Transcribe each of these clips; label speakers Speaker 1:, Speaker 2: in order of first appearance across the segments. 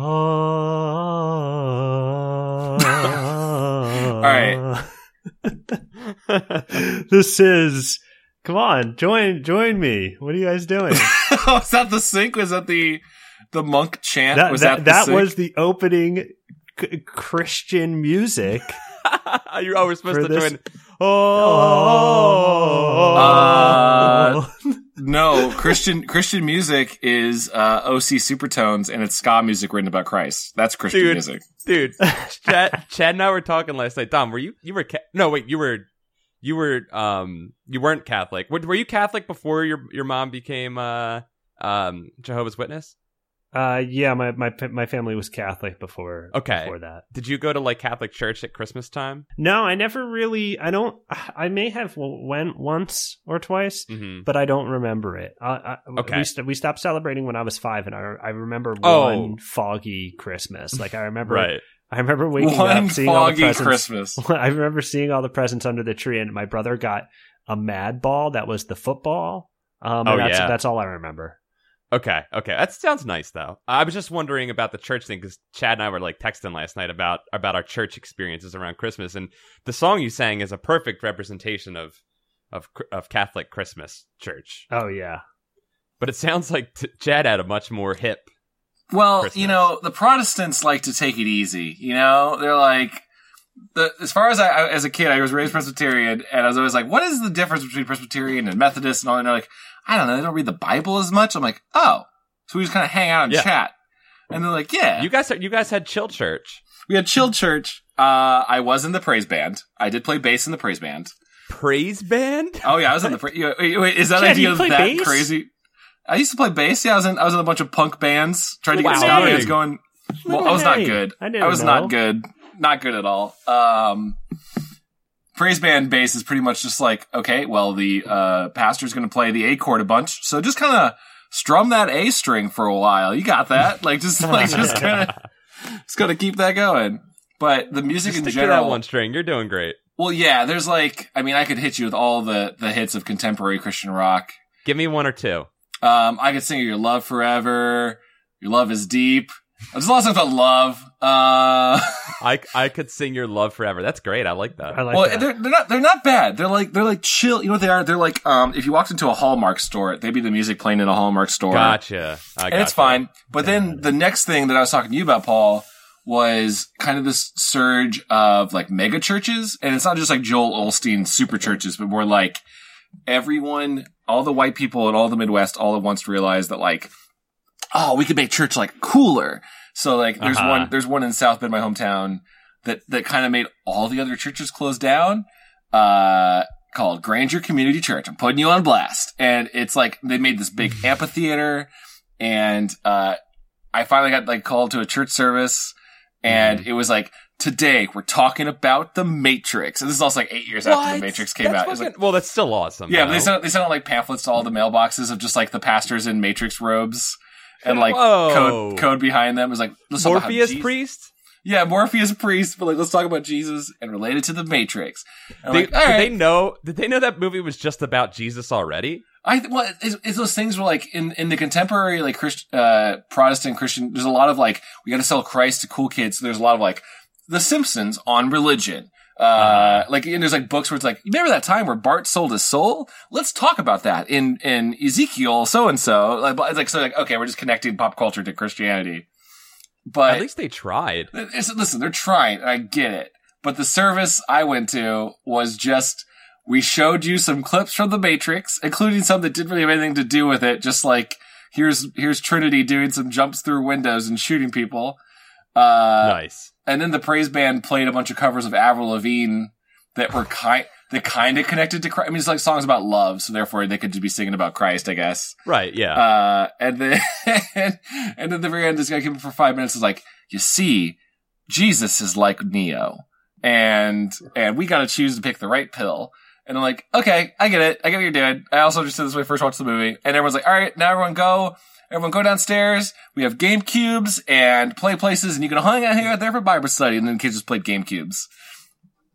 Speaker 1: Ah. this is. Come on, join join me. What are you guys doing?
Speaker 2: was Oh, that the sync? Was that the the monk chant?
Speaker 1: that
Speaker 2: was
Speaker 1: that,
Speaker 2: the
Speaker 1: that
Speaker 2: sync?
Speaker 1: was the opening c- Christian music.
Speaker 3: You're always supposed
Speaker 1: For
Speaker 3: to
Speaker 1: this-
Speaker 3: join.
Speaker 1: Oh,
Speaker 2: Uh, no Christian Christian music is uh, OC supertones and it's ska music written about Christ. That's Christian
Speaker 3: Dude.
Speaker 2: music.
Speaker 3: dude. Chad, Chad and I were talking last night. Dom, were you you were ca- no wait you were you were um you weren't Catholic. Were, were you Catholic before your your mom became uh um Jehovah's Witness?
Speaker 1: uh, yeah, my my pa- my family was Catholic before.
Speaker 3: Okay.
Speaker 1: before that.
Speaker 3: Did you go to like Catholic church at Christmas time?
Speaker 1: No, I never really. I don't. I may have w- went once or twice,
Speaker 3: Mm-hmm.
Speaker 1: but I don't remember it. I, I,
Speaker 3: Okay.
Speaker 1: we, st- we stopped celebrating when I was five, and I, I remember
Speaker 3: Oh.
Speaker 1: one foggy Christmas. Like I remember,
Speaker 3: Right.
Speaker 1: I remember waking
Speaker 2: One
Speaker 1: up seeing all the
Speaker 2: foggy
Speaker 1: presents.
Speaker 2: Christmas.
Speaker 1: I remember seeing all the presents under the tree, and my brother got a mad ball that was the football. Um, and
Speaker 3: Oh,
Speaker 1: that's,
Speaker 3: yeah.
Speaker 1: that's all I remember.
Speaker 3: Okay. Okay. That sounds nice though. I was just wondering about the church thing because Chad and I were like texting last night about about our church experiences around Christmas, and the song you sang is a perfect representation of of Cr- of Catholic Christmas church.
Speaker 1: Oh yeah,
Speaker 3: But it sounds like t- Chad had a much more hip.
Speaker 2: Well,
Speaker 3: Christmas.
Speaker 2: you know, the Protestants like to take it easy. You know, they're like, the, as far as I, I, as a kid, I was raised Presbyterian, and I was always like, what is the difference between Presbyterian and Methodist and all that? And they're like, I don't know, they don't read the Bible as much. I'm like, oh. So we just kind of hang out and
Speaker 3: Yeah.
Speaker 2: chat. And they're like, yeah.
Speaker 3: You guys, you guys had chill church.
Speaker 2: we had Chill Church. Uh, I was in the praise band. I did play bass in the praise band.
Speaker 3: Praise band.
Speaker 2: Oh yeah, I was in the. Pra- yeah, wait, wait, is that
Speaker 1: Chad,
Speaker 2: idea
Speaker 1: you play
Speaker 2: that
Speaker 1: bass?
Speaker 2: crazy? I used to play bass. Yeah, I was in. I was in a bunch of punk bands. Tried to get
Speaker 3: Wow.
Speaker 2: ska bands
Speaker 3: Hey.
Speaker 2: going. Well,
Speaker 1: Little
Speaker 2: I was not
Speaker 1: hey.
Speaker 2: good.
Speaker 1: I
Speaker 2: I,
Speaker 1: didn't
Speaker 2: was
Speaker 1: know.
Speaker 2: not good. Not good at all. Um, praise band bass is pretty much just like okay, well the uh, pastor's going to play the A chord a bunch, so just kind of strum that A string for a while. You got that? Like just like just kind of just got to keep that going. But the music
Speaker 3: Just
Speaker 2: in
Speaker 3: stick to
Speaker 2: general,
Speaker 3: that one string. You're doing great.
Speaker 2: well, yeah. There's like, I mean, I could hit you with all the the hits of contemporary Christian rock.
Speaker 3: Give me one or two.
Speaker 2: Um, I could sing "Your Love Forever," "Your Love Is Deep." There's a lot of stuff about love. Uh,
Speaker 3: I I could sing your love forever. That's great. I like that.
Speaker 1: I like
Speaker 2: well,
Speaker 1: that.
Speaker 2: they're, they're not they're not bad. They're like they're like chill. You know what they are? They're like um, if you walked into a Hallmark store, they'd be the music playing in a Hallmark store.
Speaker 3: gotcha. I
Speaker 2: and it's
Speaker 3: gotcha.
Speaker 2: fine. But then the next thing that I was talking to you about, Paul, was kind of this surge of like mega churches, and it's not just like Joel Olstein super churches, but more like everyone, all the white people and all the Midwest, all at once realized that like, oh, we could make church like cooler. So like, there's
Speaker 3: Uh-huh.
Speaker 2: one, there's one in South Bend, my hometown, that that kind of made all the other churches close down. Uh, called Granger Community Church. I'm putting you on blast. And it's like they made this big
Speaker 3: Mm.
Speaker 2: amphitheater and uh I finally got like called to a church service and
Speaker 3: Mm.
Speaker 2: it was like today we're talking about the Matrix. And this is also like 8 years after the
Speaker 3: What?
Speaker 2: Matrix came
Speaker 3: That's
Speaker 2: out. It was
Speaker 3: fucking-
Speaker 2: like
Speaker 3: well, that's still awesome.
Speaker 2: yeah, but they
Speaker 3: though.
Speaker 2: sent out, they sent out like pamphlets to all the mailboxes of just like the pastors in Matrix robes and like
Speaker 3: Whoa.
Speaker 2: code code behind them It was like let's talk about how
Speaker 3: Morpheus
Speaker 2: Jesus-
Speaker 3: priest.
Speaker 2: Yeah, Morpheus priest, but like let's talk about Jesus and related to the Matrix. And I'm
Speaker 3: They,
Speaker 2: like, all
Speaker 3: did
Speaker 2: right.
Speaker 3: they know? Did they know that movie was just about Jesus already?
Speaker 2: I th- well, it's, it's those things where like in in the contemporary like Christ, uh, Protestant Christian, there's a lot of like we got to sell Christ to cool kids. So there's a lot of like The Simpsons on religion. Uh, like and there's like books where it's like remember that time where Bart sold his soul? Let's talk about that in in Ezekiel so and so. Like but it's like so like okay, we're just connecting pop culture to Christianity. But
Speaker 3: At least they tried.
Speaker 2: it's, listen, they're trying. and I get it. But the service I went to was just, we showed you some clips from the Matrix, including some that didn't really have anything to do with it. Just like, here's, here's Trinity doing some jumps through windows and shooting people. Uh,
Speaker 3: nice.
Speaker 2: and then the praise band played a bunch of covers of Avril Lavigne that were kind, that kind of connected to Christ. I mean, it's like songs about love. So therefore they could just be singing about Christ, I guess.
Speaker 3: Right. Yeah.
Speaker 2: Uh, and then and at the very end, this guy came up for five minutes. and Was like, you see, Jesus is like Neo, and and we got to choose to pick the right pill. And I'm like, okay, I get it. I get what you're doing. I also understood this when I first watched the movie. And everyone's like, all right, now everyone go. Everyone go downstairs. We have game cubes and play places, and you can hang out here there for Bible study. And then the kids just played game cubes.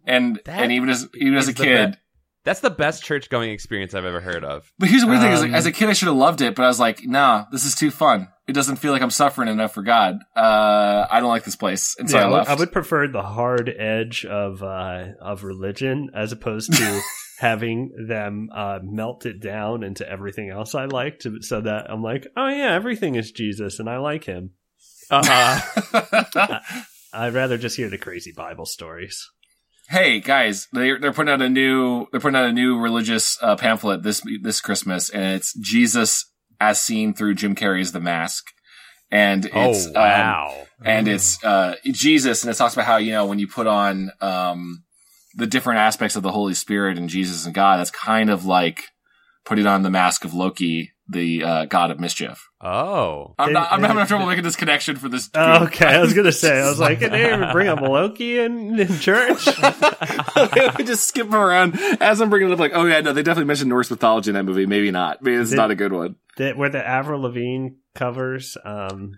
Speaker 2: And
Speaker 3: That
Speaker 2: and even as even as
Speaker 3: is
Speaker 2: a
Speaker 3: the
Speaker 2: kid,
Speaker 3: be- that's the best church going experience I've ever heard of.
Speaker 2: but here's the weird thing: is like,
Speaker 1: Um,
Speaker 2: as a kid, I should have loved it, but I was like, "Nah, this is too fun. It doesn't feel like I'm suffering enough for God. Uh, I don't like this place." And so
Speaker 1: yeah,
Speaker 2: I
Speaker 1: I would-
Speaker 2: left.
Speaker 1: I would prefer the hard edge of uh, of religion as opposed to having them uh, melt it down into everything else I like, to, so that I'm like, oh yeah, everything is Jesus, and I like him. Uh, I'd rather just hear the crazy Bible stories.
Speaker 4: hey guys, they're they're putting out a new they're putting out a new religious uh, pamphlet this this Christmas, and it's Jesus as seen through Jim Carrey's The Mask, and it's
Speaker 3: oh
Speaker 4: um,
Speaker 3: wow!
Speaker 1: Mm.
Speaker 4: and it's uh, Jesus, and it talks about how you know when you put on um, the different aspects of the Holy Spirit and Jesus and God, that's kind of like putting on the mask of Loki, the uh, god of mischief.
Speaker 3: oh,
Speaker 4: I'm
Speaker 1: They-
Speaker 4: not, I'm
Speaker 1: they-
Speaker 4: having trouble making this connection for this.
Speaker 1: Oh, Okay, I was gonna say, I was like, did they even bring up Loki in, in church?
Speaker 4: dude.
Speaker 2: just skip around as I'm bringing it up. Like, oh yeah, no, they definitely mentioned Norse mythology in that movie. Maybe not. Maybe this is
Speaker 1: Did-
Speaker 2: not a good one.
Speaker 1: that were the Avril Lavigne covers um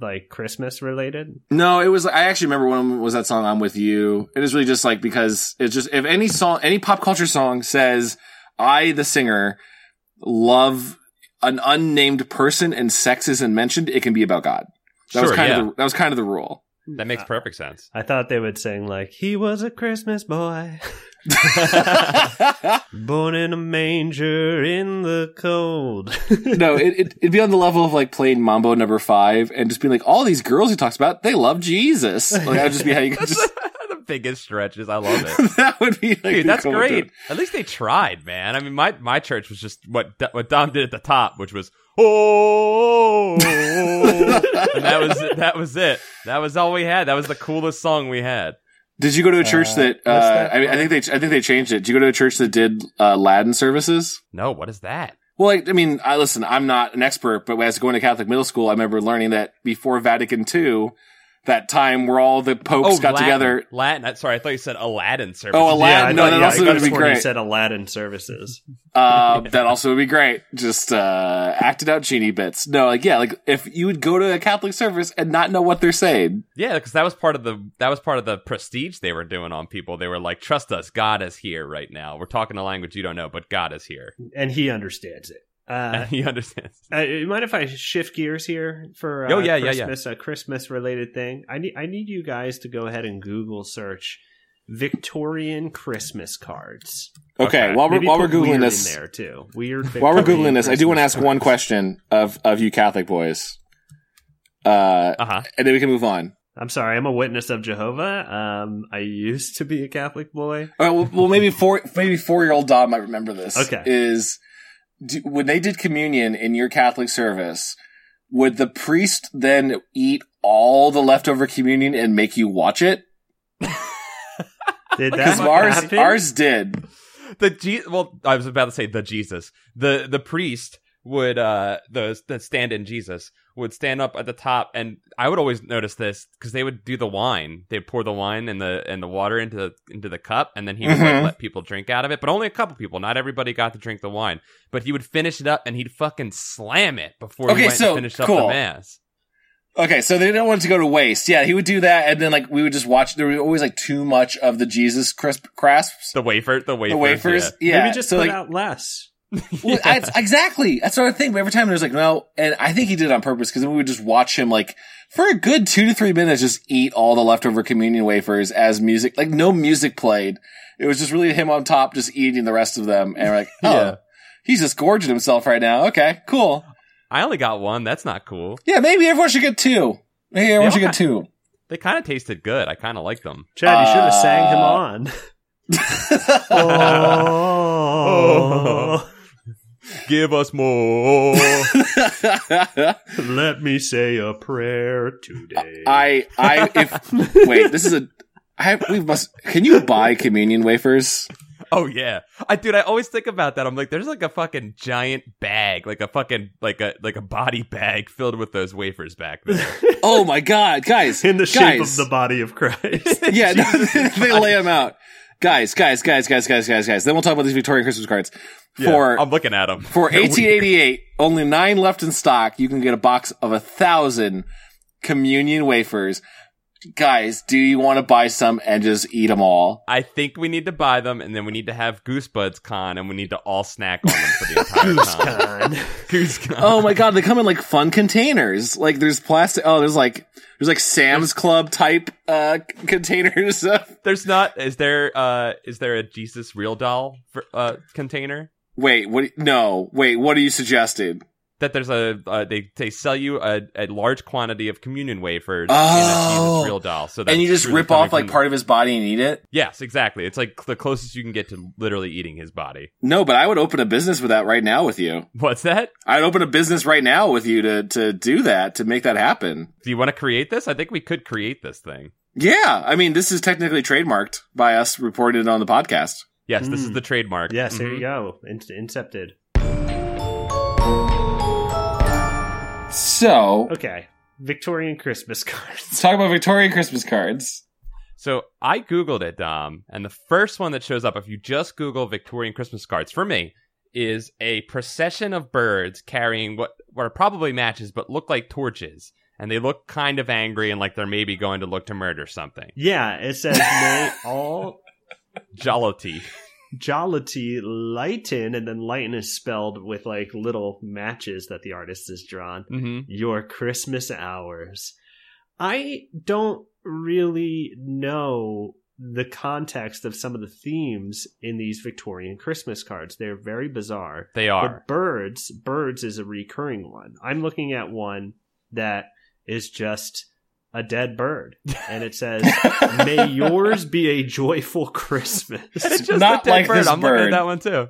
Speaker 1: like Christmas related.
Speaker 2: No, it was. I actually remember one of them was that song "I'm with You." It is really just like because it's just if any song, any pop culture song says, "I, the singer, love an unnamed person and sex isn't mentioned," it can be about God. That
Speaker 3: sure,
Speaker 2: was kind
Speaker 3: yeah,
Speaker 2: of the, that was kind of the rule.
Speaker 3: that makes perfect sense.
Speaker 1: I thought they would sing like he was a Christmas boy. Born in a manger in the cold.
Speaker 2: no, it, it, it'd be on the level of like playing Mambo Number Five and just being like, all these girls he talks about, they love Jesus. Like that would just be how you could
Speaker 3: That's
Speaker 2: just
Speaker 3: the biggest stretches. I love it.
Speaker 2: that would be like
Speaker 3: Dude,
Speaker 2: the
Speaker 3: that's
Speaker 2: equivalent to
Speaker 3: great.
Speaker 2: it.
Speaker 3: At least they tried, man. I mean, my, my church was just what Do- what Dom did at the top, which was oh, and that was that was it. That was all we had. That was the coolest song we had.
Speaker 2: Did you go to a church
Speaker 1: Uh,
Speaker 2: that?
Speaker 1: what's
Speaker 2: Uh,
Speaker 1: that
Speaker 2: I mean, I think they I think they changed it. Did you go to a church that did uh, Latin services?
Speaker 3: No, what is that?
Speaker 2: Well, like, I mean, I listen. I'm not an expert, but as going to Catholic middle school, I remember learning that before Vatican II, that time where all the
Speaker 1: Oh,
Speaker 2: popes got
Speaker 3: Oh, Latin.
Speaker 2: together.
Speaker 3: Latin. I- Sorry, I thought you said Aladdin service.
Speaker 2: Oh, Aladdin. no,
Speaker 1: thought-
Speaker 2: that
Speaker 1: yeah,
Speaker 2: also
Speaker 1: I got
Speaker 2: would be
Speaker 1: it when you
Speaker 2: great.
Speaker 1: said Aladdin services.
Speaker 2: Uh, that also would be great. Just uh, acted out genie bits. No, like yeah, like if you would go to a Catholic service and not know what they're saying.
Speaker 3: Yeah, because that was part of the that was part of the prestige they were doing on people. They were like, "Trust us, God is here right now. We're talking a language you don't know, but God is here."
Speaker 1: And he understands it. Uh,
Speaker 3: And he understands.
Speaker 1: uh, you mind if I shift gears here for uh,
Speaker 3: Oh, yeah, yeah, yeah.
Speaker 1: Christmas, a Christmas related thing? I need I need you guys to go ahead and Google search Victorian Christmas cards. Uh,
Speaker 2: Okay,
Speaker 3: Okay.
Speaker 2: while we're
Speaker 1: Maybe
Speaker 2: while we're
Speaker 1: put
Speaker 2: googling
Speaker 1: weird
Speaker 2: this,
Speaker 1: in there too. Weird.
Speaker 2: While we're
Speaker 1: Victorian
Speaker 2: googling this, I do want to ask
Speaker 1: Christmas
Speaker 2: one
Speaker 1: cards.
Speaker 2: question of of you Catholic boys, uh,
Speaker 3: Uh huh.
Speaker 2: and then we can move on.
Speaker 1: I'm sorry, I'm a witness of Jehovah. Um, I used to be a Catholic boy.
Speaker 2: All right, well, well maybe four maybe four year old Dom might remember this.
Speaker 1: Okay.
Speaker 2: is do, when they did communion in your Catholic service, would the priest then eat all the leftover communion and make you watch it?
Speaker 1: Did that
Speaker 2: Because ours
Speaker 1: happen?
Speaker 2: ours did.
Speaker 3: the Je- well i was about to say the jesus the the priest would uh the, the stand in jesus would stand up at the top and i would always notice this because they would do the wine they'd pour the wine and the and the water into the into the cup and then he would
Speaker 2: Mhm.
Speaker 3: like, let people drink out of it but only a couple people not everybody got to drink the wine but he would finish it up and he'd fucking slam it before
Speaker 2: Okay,
Speaker 3: he went
Speaker 2: so,
Speaker 3: and finished up
Speaker 2: cool.
Speaker 3: the mass
Speaker 2: Okay, so they didn't want it to go to waste. Yeah, he would do that, and then like we would just watch. There was always like too much of the Jesus crisp crasps,
Speaker 3: the wafer the wafer
Speaker 2: the wafers. Yeah,
Speaker 1: Maybe just
Speaker 2: so,
Speaker 1: put
Speaker 2: like,
Speaker 1: out less.
Speaker 2: Well, that's exactly. That's what I think. But every time there's like, no, and I think he did it on purpose because then we would just watch him like for a good two to three minutes, just eat all the leftover communion wafers as music, like no music played. It was just really him on top, just eating the rest of them. And we're like, oh,
Speaker 3: Yeah.
Speaker 2: he's just gorging himself right now. Okay, cool.
Speaker 3: i only got one that's not cool
Speaker 2: Yeah, maybe everyone should get two. Maybe everyone should get two.
Speaker 3: they kind of tasted good i kind of like them
Speaker 1: Chad, you should have sang him
Speaker 2: Uh,
Speaker 1: on. oh,
Speaker 3: give us more
Speaker 1: let me say a prayer today.
Speaker 2: I, I, if, wait, this is a, I, we must, can you buy communion wafers?
Speaker 3: Oh yeah, I dude, I always think about that. I'm like, there's like a fucking giant bag, like a fucking like a like a body bag filled with those wafers back there.
Speaker 2: Oh my God, guys.
Speaker 1: in the shape
Speaker 2: guys.
Speaker 1: of the body of Christ.
Speaker 2: yeah, no, they lay them out. Guys, guys, guys, guys, guys, guys, guys. Then we'll talk about these Victorian Christmas cards.
Speaker 3: Yeah,
Speaker 2: for
Speaker 3: I'm looking at them
Speaker 2: for 1888, only nine left in stock. You can get a box of a thousand communion wafers. guys, do you want to buy some and just eat them all?
Speaker 3: I think we need to buy them, and then we need to have Goosebuds Con, and we need to all snack on them for the entire time.
Speaker 1: Con.
Speaker 3: Goose Con.
Speaker 2: Oh my god, they come in like fun containers. Like there's plastic. Oh, there's like there's like Sam's Club type uh c- containers.
Speaker 3: There's not. Is there? Uh, is there a Jesus real doll for, uh, container?
Speaker 2: wait, what? No, wait. What are you suggested?
Speaker 3: That there's a uh, they they sell you a, a large quantity of communion wafers in a
Speaker 2: Oh.
Speaker 3: Jesus real doll, so
Speaker 2: And you
Speaker 3: that's
Speaker 2: just
Speaker 3: truly
Speaker 2: rip off
Speaker 3: coming
Speaker 2: like
Speaker 3: from-
Speaker 2: part of his body and eat it?
Speaker 3: Yes, exactly. It's like the closest you can get to literally eating his body.
Speaker 2: No, but I would open a business with that right now with you.
Speaker 3: What's that?
Speaker 2: I'd open a business right now with you to to do that to make that happen.
Speaker 3: Do you want to create this? I think we could create this thing.
Speaker 2: Yeah, I mean, this is technically trademarked by us reporting it on the podcast.
Speaker 3: Yes, this is
Speaker 1: Mm.
Speaker 3: the trademark.
Speaker 1: Yes, here you
Speaker 2: Mm-hmm.
Speaker 3: Mhm.
Speaker 1: go. In- incepted.
Speaker 2: So,
Speaker 1: Okay. Victorian Christmas cards.
Speaker 2: let's talk about Victorian Christmas cards.
Speaker 3: So I Googled it, Dom, and the first one that shows up, if you just Google Victorian Christmas cards for me, is a procession of birds carrying what are probably matches but look like torches. And they look kind of angry and like they're maybe going to look to murder something.
Speaker 1: Yeah, it says may all
Speaker 3: Jollity.
Speaker 1: jollity lighten, and then lighten is spelled with like little matches that the artist has drawn.
Speaker 3: hmm
Speaker 1: Your Christmas hours. I don't really know the context of some of the themes in these Victorian Christmas cards. They're very bizarre.
Speaker 3: They are.
Speaker 1: But birds, birds is a recurring one. I'm looking at one that is just a dead bird, and it says, "May yours be a joyful Christmas."
Speaker 3: It's just
Speaker 2: not
Speaker 3: a dead
Speaker 2: like
Speaker 3: bird.
Speaker 2: this
Speaker 3: I'm looking at
Speaker 2: bird.
Speaker 3: that one too.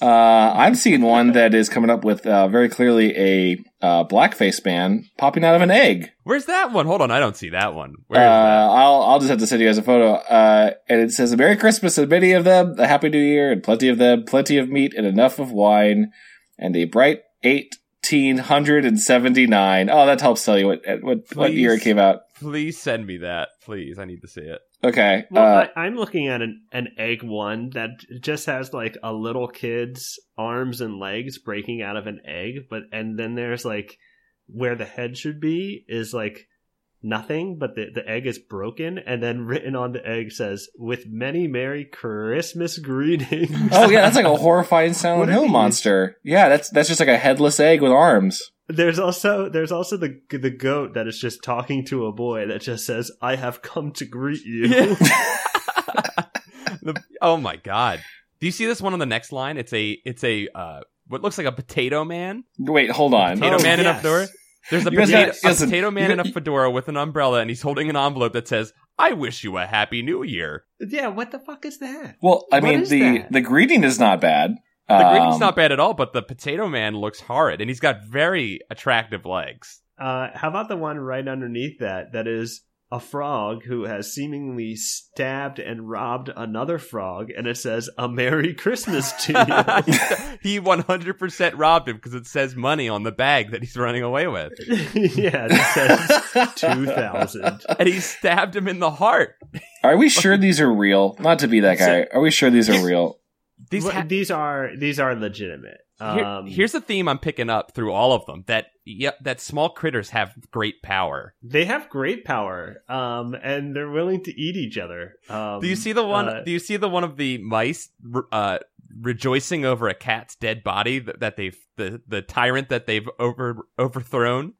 Speaker 2: Uh, I'm seeing one that is coming up with uh, very clearly a uh, blackface man popping out of an egg.
Speaker 3: Where's that one? Hold on, I don't see that one.
Speaker 2: Uh,
Speaker 3: Where is that?
Speaker 2: I'll I'll just have to send you guys a photo. Uh, and it says, "A Merry Christmas and many of them, a Happy New Year and plenty of them, plenty of meat and enough of wine, and a bright eighteen hundred and seventy nine. Oh, that helps tell you what what what
Speaker 3: Please.
Speaker 2: year it came out.
Speaker 3: Please send me that. Please, I need to see it.
Speaker 2: Okay.
Speaker 1: Well,
Speaker 2: uh,
Speaker 1: I, I'm looking at an, an egg one that just has like a little kid's arms and legs breaking out of an egg, but and then there's like where the head should be is like nothing, but the, the egg is broken, and then written on the egg says, "With many merry Christmas greetings."
Speaker 2: oh yeah, that's like a horrifying Silent
Speaker 1: What do you
Speaker 2: Hill
Speaker 1: mean?
Speaker 2: monster. Yeah, that's that's just like a headless egg with arms.
Speaker 1: There's also there's also the the goat that is just talking to a boy that just says, "I have come to greet you."
Speaker 3: The- oh my god. Do you see this one on the next line? It's a it's a uh what looks like a potato man.
Speaker 2: Wait, hold on.
Speaker 3: Potato
Speaker 1: Oh,
Speaker 3: man in a
Speaker 1: yes.
Speaker 3: fedora. There's a,
Speaker 2: You guys
Speaker 3: potato,
Speaker 2: gotta- listen,
Speaker 3: a potato man
Speaker 2: you-
Speaker 3: in a fedora with an umbrella, and he's holding an envelope that says, "I wish you a happy new year."
Speaker 1: yeah, what the fuck is that?
Speaker 2: Well, I
Speaker 1: What
Speaker 2: mean
Speaker 1: is
Speaker 2: the
Speaker 1: that?
Speaker 2: the greeting is not bad.
Speaker 3: The
Speaker 2: Um,
Speaker 3: greeting's not bad at all, but the potato man looks horrid, and he's got very attractive legs.
Speaker 1: Uh, how about the one right underneath that? That is a frog who has seemingly stabbed and robbed another frog, and it says "A Merry Christmas to
Speaker 3: he 100% robbed him because it says money on the bag that he's running away with,
Speaker 1: you." yeah, it says two thousand.
Speaker 3: and he stabbed him in the heart.
Speaker 2: Are we sure these are real? Not to be that guy. Are we sure these are real?
Speaker 3: These ha-
Speaker 1: these are these are legitimate.
Speaker 3: Here-
Speaker 1: Um,
Speaker 3: here's a theme I'm picking up through all of them that yep, that small critters have great power.
Speaker 1: they have great power, um, and they're willing to eat each other. Um,
Speaker 3: Do you see the one?
Speaker 1: uh,
Speaker 3: do you see the one of the mice re- uh, rejoicing over a cat's dead body that, that they've the, the tyrant that they've over overthrown?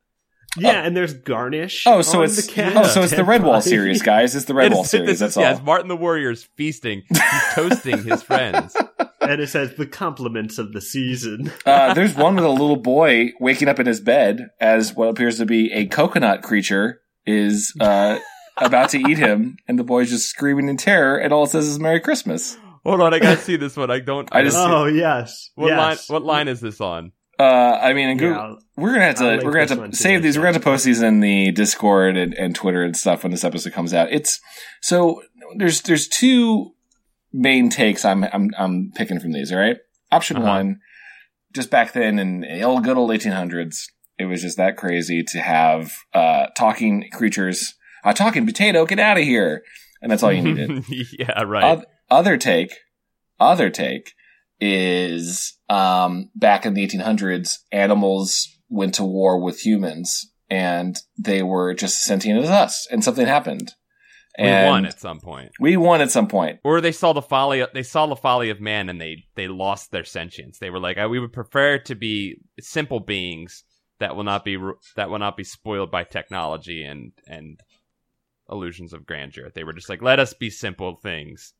Speaker 1: yeah, and there's garnish.
Speaker 2: Oh, so
Speaker 1: on
Speaker 2: it's
Speaker 1: the cat.
Speaker 2: oh, so it's the Redwall
Speaker 1: Body.
Speaker 2: series, guys. It's the Redwall
Speaker 3: It's-
Speaker 2: series.
Speaker 3: this
Speaker 2: That's
Speaker 3: is- yeah, it's
Speaker 2: all.
Speaker 3: Martin the Warrior's feasting, he's toasting his friends.
Speaker 1: and it says the compliments of the season.
Speaker 2: Uh, there's one with a little boy waking up in his bed as what appears to be a coconut creature is uh, about to eat him, and the boy's just screaming in terror. And all it says is "Merry Christmas."
Speaker 3: Hold on, I gotta see this one. I don't.
Speaker 2: I just-
Speaker 1: Oh yes,
Speaker 3: what line?
Speaker 1: yes.
Speaker 3: What line is this on?
Speaker 2: Uh, I mean, and Google,
Speaker 1: Yeah,
Speaker 2: We're gonna have to
Speaker 1: I like
Speaker 2: we're gonna
Speaker 1: this one
Speaker 2: have
Speaker 1: too,
Speaker 2: to save these. We're gonna have to
Speaker 1: actually.
Speaker 2: post these in the Discord and, and Twitter and stuff when this episode comes out. It's so there's there's two main takes I'm I'm I'm picking from these. All right, option
Speaker 3: Uh-huh.
Speaker 2: one, just back then in the old good old 1800s, it was just that crazy to have uh, talking creatures. A talking potato, get out of here, and that's all you needed
Speaker 3: yeah, right.
Speaker 2: oth- other take, other take is um, back in the 1800s, animals went to war with humans, and they were just as sentient as us, and something happened.
Speaker 3: We
Speaker 2: And
Speaker 3: won at some point,
Speaker 2: We won at some point.
Speaker 3: or they saw the folly. They saw the folly of man, and they they lost their sentience. They were like, "Uh, "We would prefer to be simple beings that will not be ru- that will not be spoiled by technology and and illusions of grandeur." They were just like, "Let us be simple things."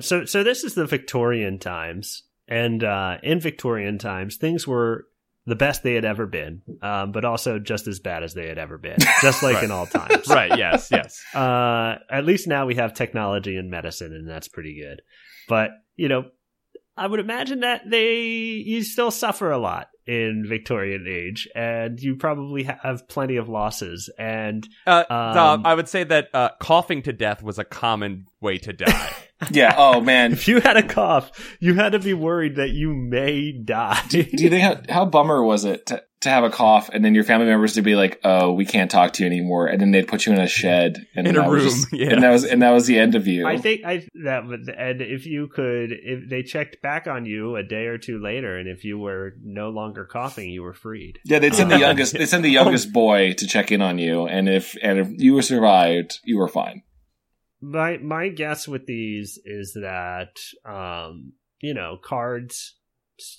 Speaker 1: so so this is the Victorian times, and uh, in Victorian times, things were the best they had ever been, um, but also just as bad as they had ever been, just like in all times.
Speaker 3: Right? Yes. Yes.
Speaker 1: Uh, at least now we have technology and medicine, and that's pretty good. But you know, I would imagine that they you still suffer a lot in Victorian age, and you probably have plenty of losses. And
Speaker 3: Uh,
Speaker 1: Um,
Speaker 3: Dom, I would say that uh, coughing to death was a common way to die.
Speaker 2: Yeah. Oh man.
Speaker 1: if you had a cough, you had to be worried that you may die.
Speaker 2: Do you think how, how bummer was it to, to have a cough and then your family members to be like, "Oh, we can't talk to you anymore," and then they'd put you in a shed and
Speaker 3: In a
Speaker 2: that was
Speaker 3: room,
Speaker 2: just-
Speaker 3: yeah.
Speaker 2: and that was and that was the end of you.
Speaker 1: I think I that would, and if you could, if they checked back on you a day or two later, and if you were no longer coughing, you were freed.
Speaker 2: yeah, they'd send the
Speaker 1: Uh,
Speaker 2: youngest. They send the youngest boy to check in on you, and if and if you were survived, you were fine.
Speaker 1: My my guess with these is that um, you know cards,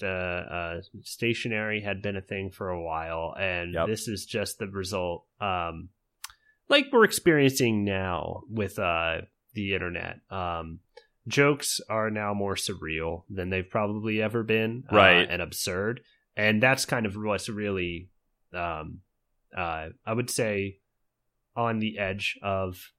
Speaker 1: uh, uh, stationery had been a thing for a while, and
Speaker 3: Yep.
Speaker 1: this is just the result. Um, like we're experiencing now with uh, the internet. Um, jokes are now more surreal than they've probably ever been, uh,
Speaker 3: Right.
Speaker 1: and absurd. And that's kind of what's really, um, uh, I would say, on the edge of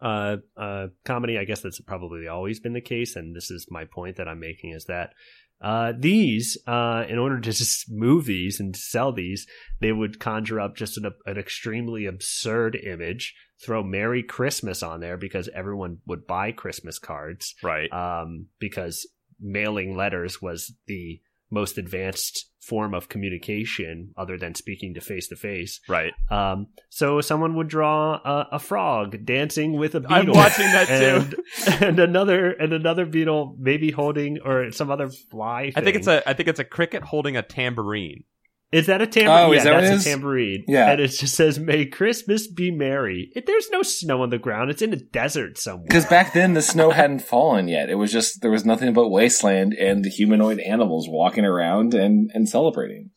Speaker 1: uh, uh, comedy. I guess that's probably always been the case, and this is my point that I'm making is that. Uh, these, uh, in order to just move these and sell these, they would conjure up just an, an extremely absurd image, throw Merry Christmas on there because everyone would buy Christmas cards,
Speaker 3: right.
Speaker 1: um, because mailing letters was the most advanced form of communication other than speaking to face to face.
Speaker 3: Right.
Speaker 1: Um, so someone would draw a, a frog dancing with a beetle.
Speaker 3: I'm watching that too.
Speaker 1: Uh, and, and another and another beetle maybe holding or some other fly.
Speaker 3: I think it's
Speaker 1: thing.
Speaker 3: a I think it's a cricket holding a tambourine.
Speaker 1: Is that a tambourine?
Speaker 2: Oh,
Speaker 1: yeah,
Speaker 2: is that what
Speaker 1: that's
Speaker 2: it
Speaker 1: a
Speaker 2: is?
Speaker 1: tambourine.
Speaker 2: Yeah.
Speaker 1: and it just says "May Christmas be merry." It, there's no snow on the ground. It's in the desert somewhere.
Speaker 2: Because back then the snow hadn't fallen yet. It was just there was nothing but wasteland and humanoid animals walking around and and celebrating.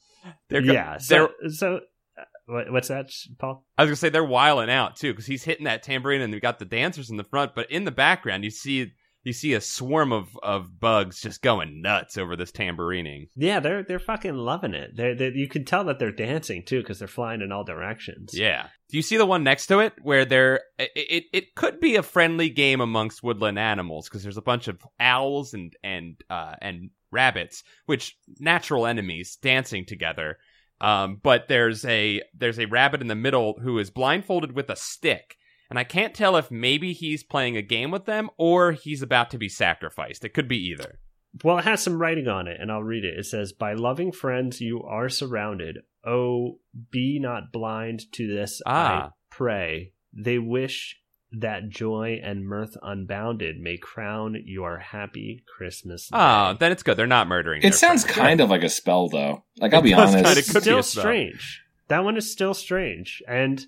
Speaker 3: They're go-
Speaker 1: yeah.
Speaker 3: they're,
Speaker 1: So, so uh, what, what's that, Paul?
Speaker 3: I was gonna say they're wiling out too because he's hitting that tambourine and we got the dancers in the front, but in the background you see you see a swarm of of bugs just going nuts over this tambourining.
Speaker 1: Yeah, they're they're fucking loving it. They're, they you can tell that they're dancing too because they're flying in all directions.
Speaker 3: Yeah. Do you see the one next to it where there it it, it could be a friendly game amongst woodland animals because there's a bunch of owls and and uh, and rabbits, which natural enemies dancing together. Um, but there's a there's a rabbit in the middle who is blindfolded with a stick. And I can't tell if maybe he's playing a game with them or he's about to be sacrificed. It could be either.
Speaker 1: Well, it has some writing on it, and I'll read it. It says, "By loving friends, you are surrounded. Oh, be not blind to this. I
Speaker 3: Ah.
Speaker 1: pray they wish that joy and mirth unbounded may crown your happy Christmas."
Speaker 3: Ah, then it's good. They're not murdering.
Speaker 2: It sounds kind of like a spell, though. Like I'll
Speaker 3: It
Speaker 2: be
Speaker 3: does
Speaker 2: honest,
Speaker 3: kinda
Speaker 1: It's
Speaker 3: could be
Speaker 1: still
Speaker 3: a spell.
Speaker 1: strange. That one is still strange, and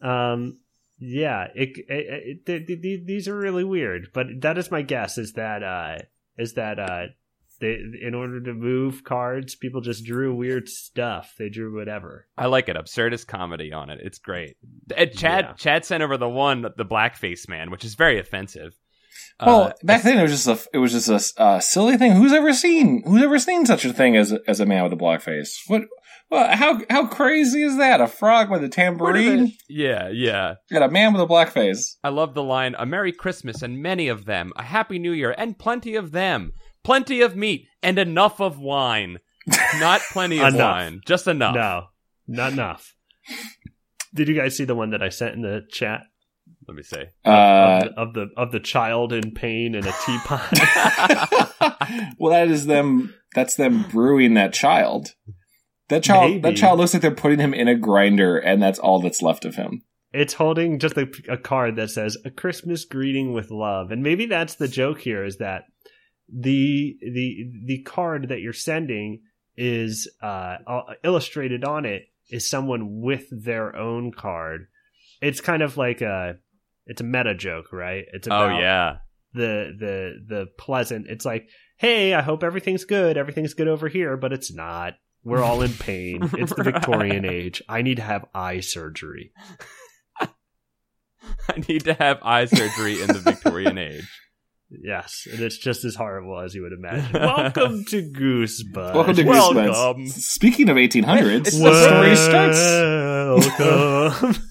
Speaker 1: um, yeah, it, it, it, th- th- th- these are really weird. But that is my guess is that uh, is that uh, they, in order to move cards, people just drew weird stuff. They drew whatever.
Speaker 3: I like it. Absurdist comedy on it. It's great. Uh, Chad
Speaker 1: Yeah.
Speaker 3: Chad sent over the one the blackface man, which is very offensive.
Speaker 2: Well,
Speaker 3: Uh,
Speaker 2: back then it was just a it was just a s- uh, silly thing. Who's ever seen who's ever seen such a thing as a- as a man with a black face? What? Well, how how crazy is that? A frog with a
Speaker 3: where did
Speaker 2: tambourine
Speaker 3: it- yeah, yeah.
Speaker 2: and a man with a black face.
Speaker 3: I love the line: "A Merry Christmas and many of them, a Happy New Year and plenty of them, plenty of meat and enough of wine." Not plenty of
Speaker 1: Enough.
Speaker 3: wine, just enough.
Speaker 1: No, not enough. Did you guys see the one that I sent in the chat
Speaker 3: Let me say.
Speaker 1: of,
Speaker 2: Uh,
Speaker 1: the, of the of the child in pain in a teapot?
Speaker 2: well, that is them. That's them brewing that child. That child. That
Speaker 1: Maybe.
Speaker 2: child looks like they're putting him in a grinder, and that's all that's left of him.
Speaker 1: It's holding just a, a card that says "A Christmas greeting with love," and maybe that's the joke here: is that the the the card that you're sending is uh, uh, illustrated on it is someone with their own card. It's kind of like a it's a meta joke, right? It's
Speaker 3: Oh
Speaker 1: about
Speaker 3: yeah.
Speaker 1: the the the pleasant. It's like, hey, I hope everything's good. Everything's good over here, but it's not. We're all in pain. It's the Victorian age. I need to have eye surgery.
Speaker 3: I need to have eye surgery in the Victorian age.
Speaker 1: Yes, and it's just as horrible as you would imagine. Welcome to Goosebuds.
Speaker 2: Welcome to
Speaker 3: Welcome.
Speaker 2: Goosebuds. Speaking of 1800s,
Speaker 3: It's
Speaker 2: the story
Speaker 3: Well-
Speaker 2: starts.
Speaker 1: Welcome.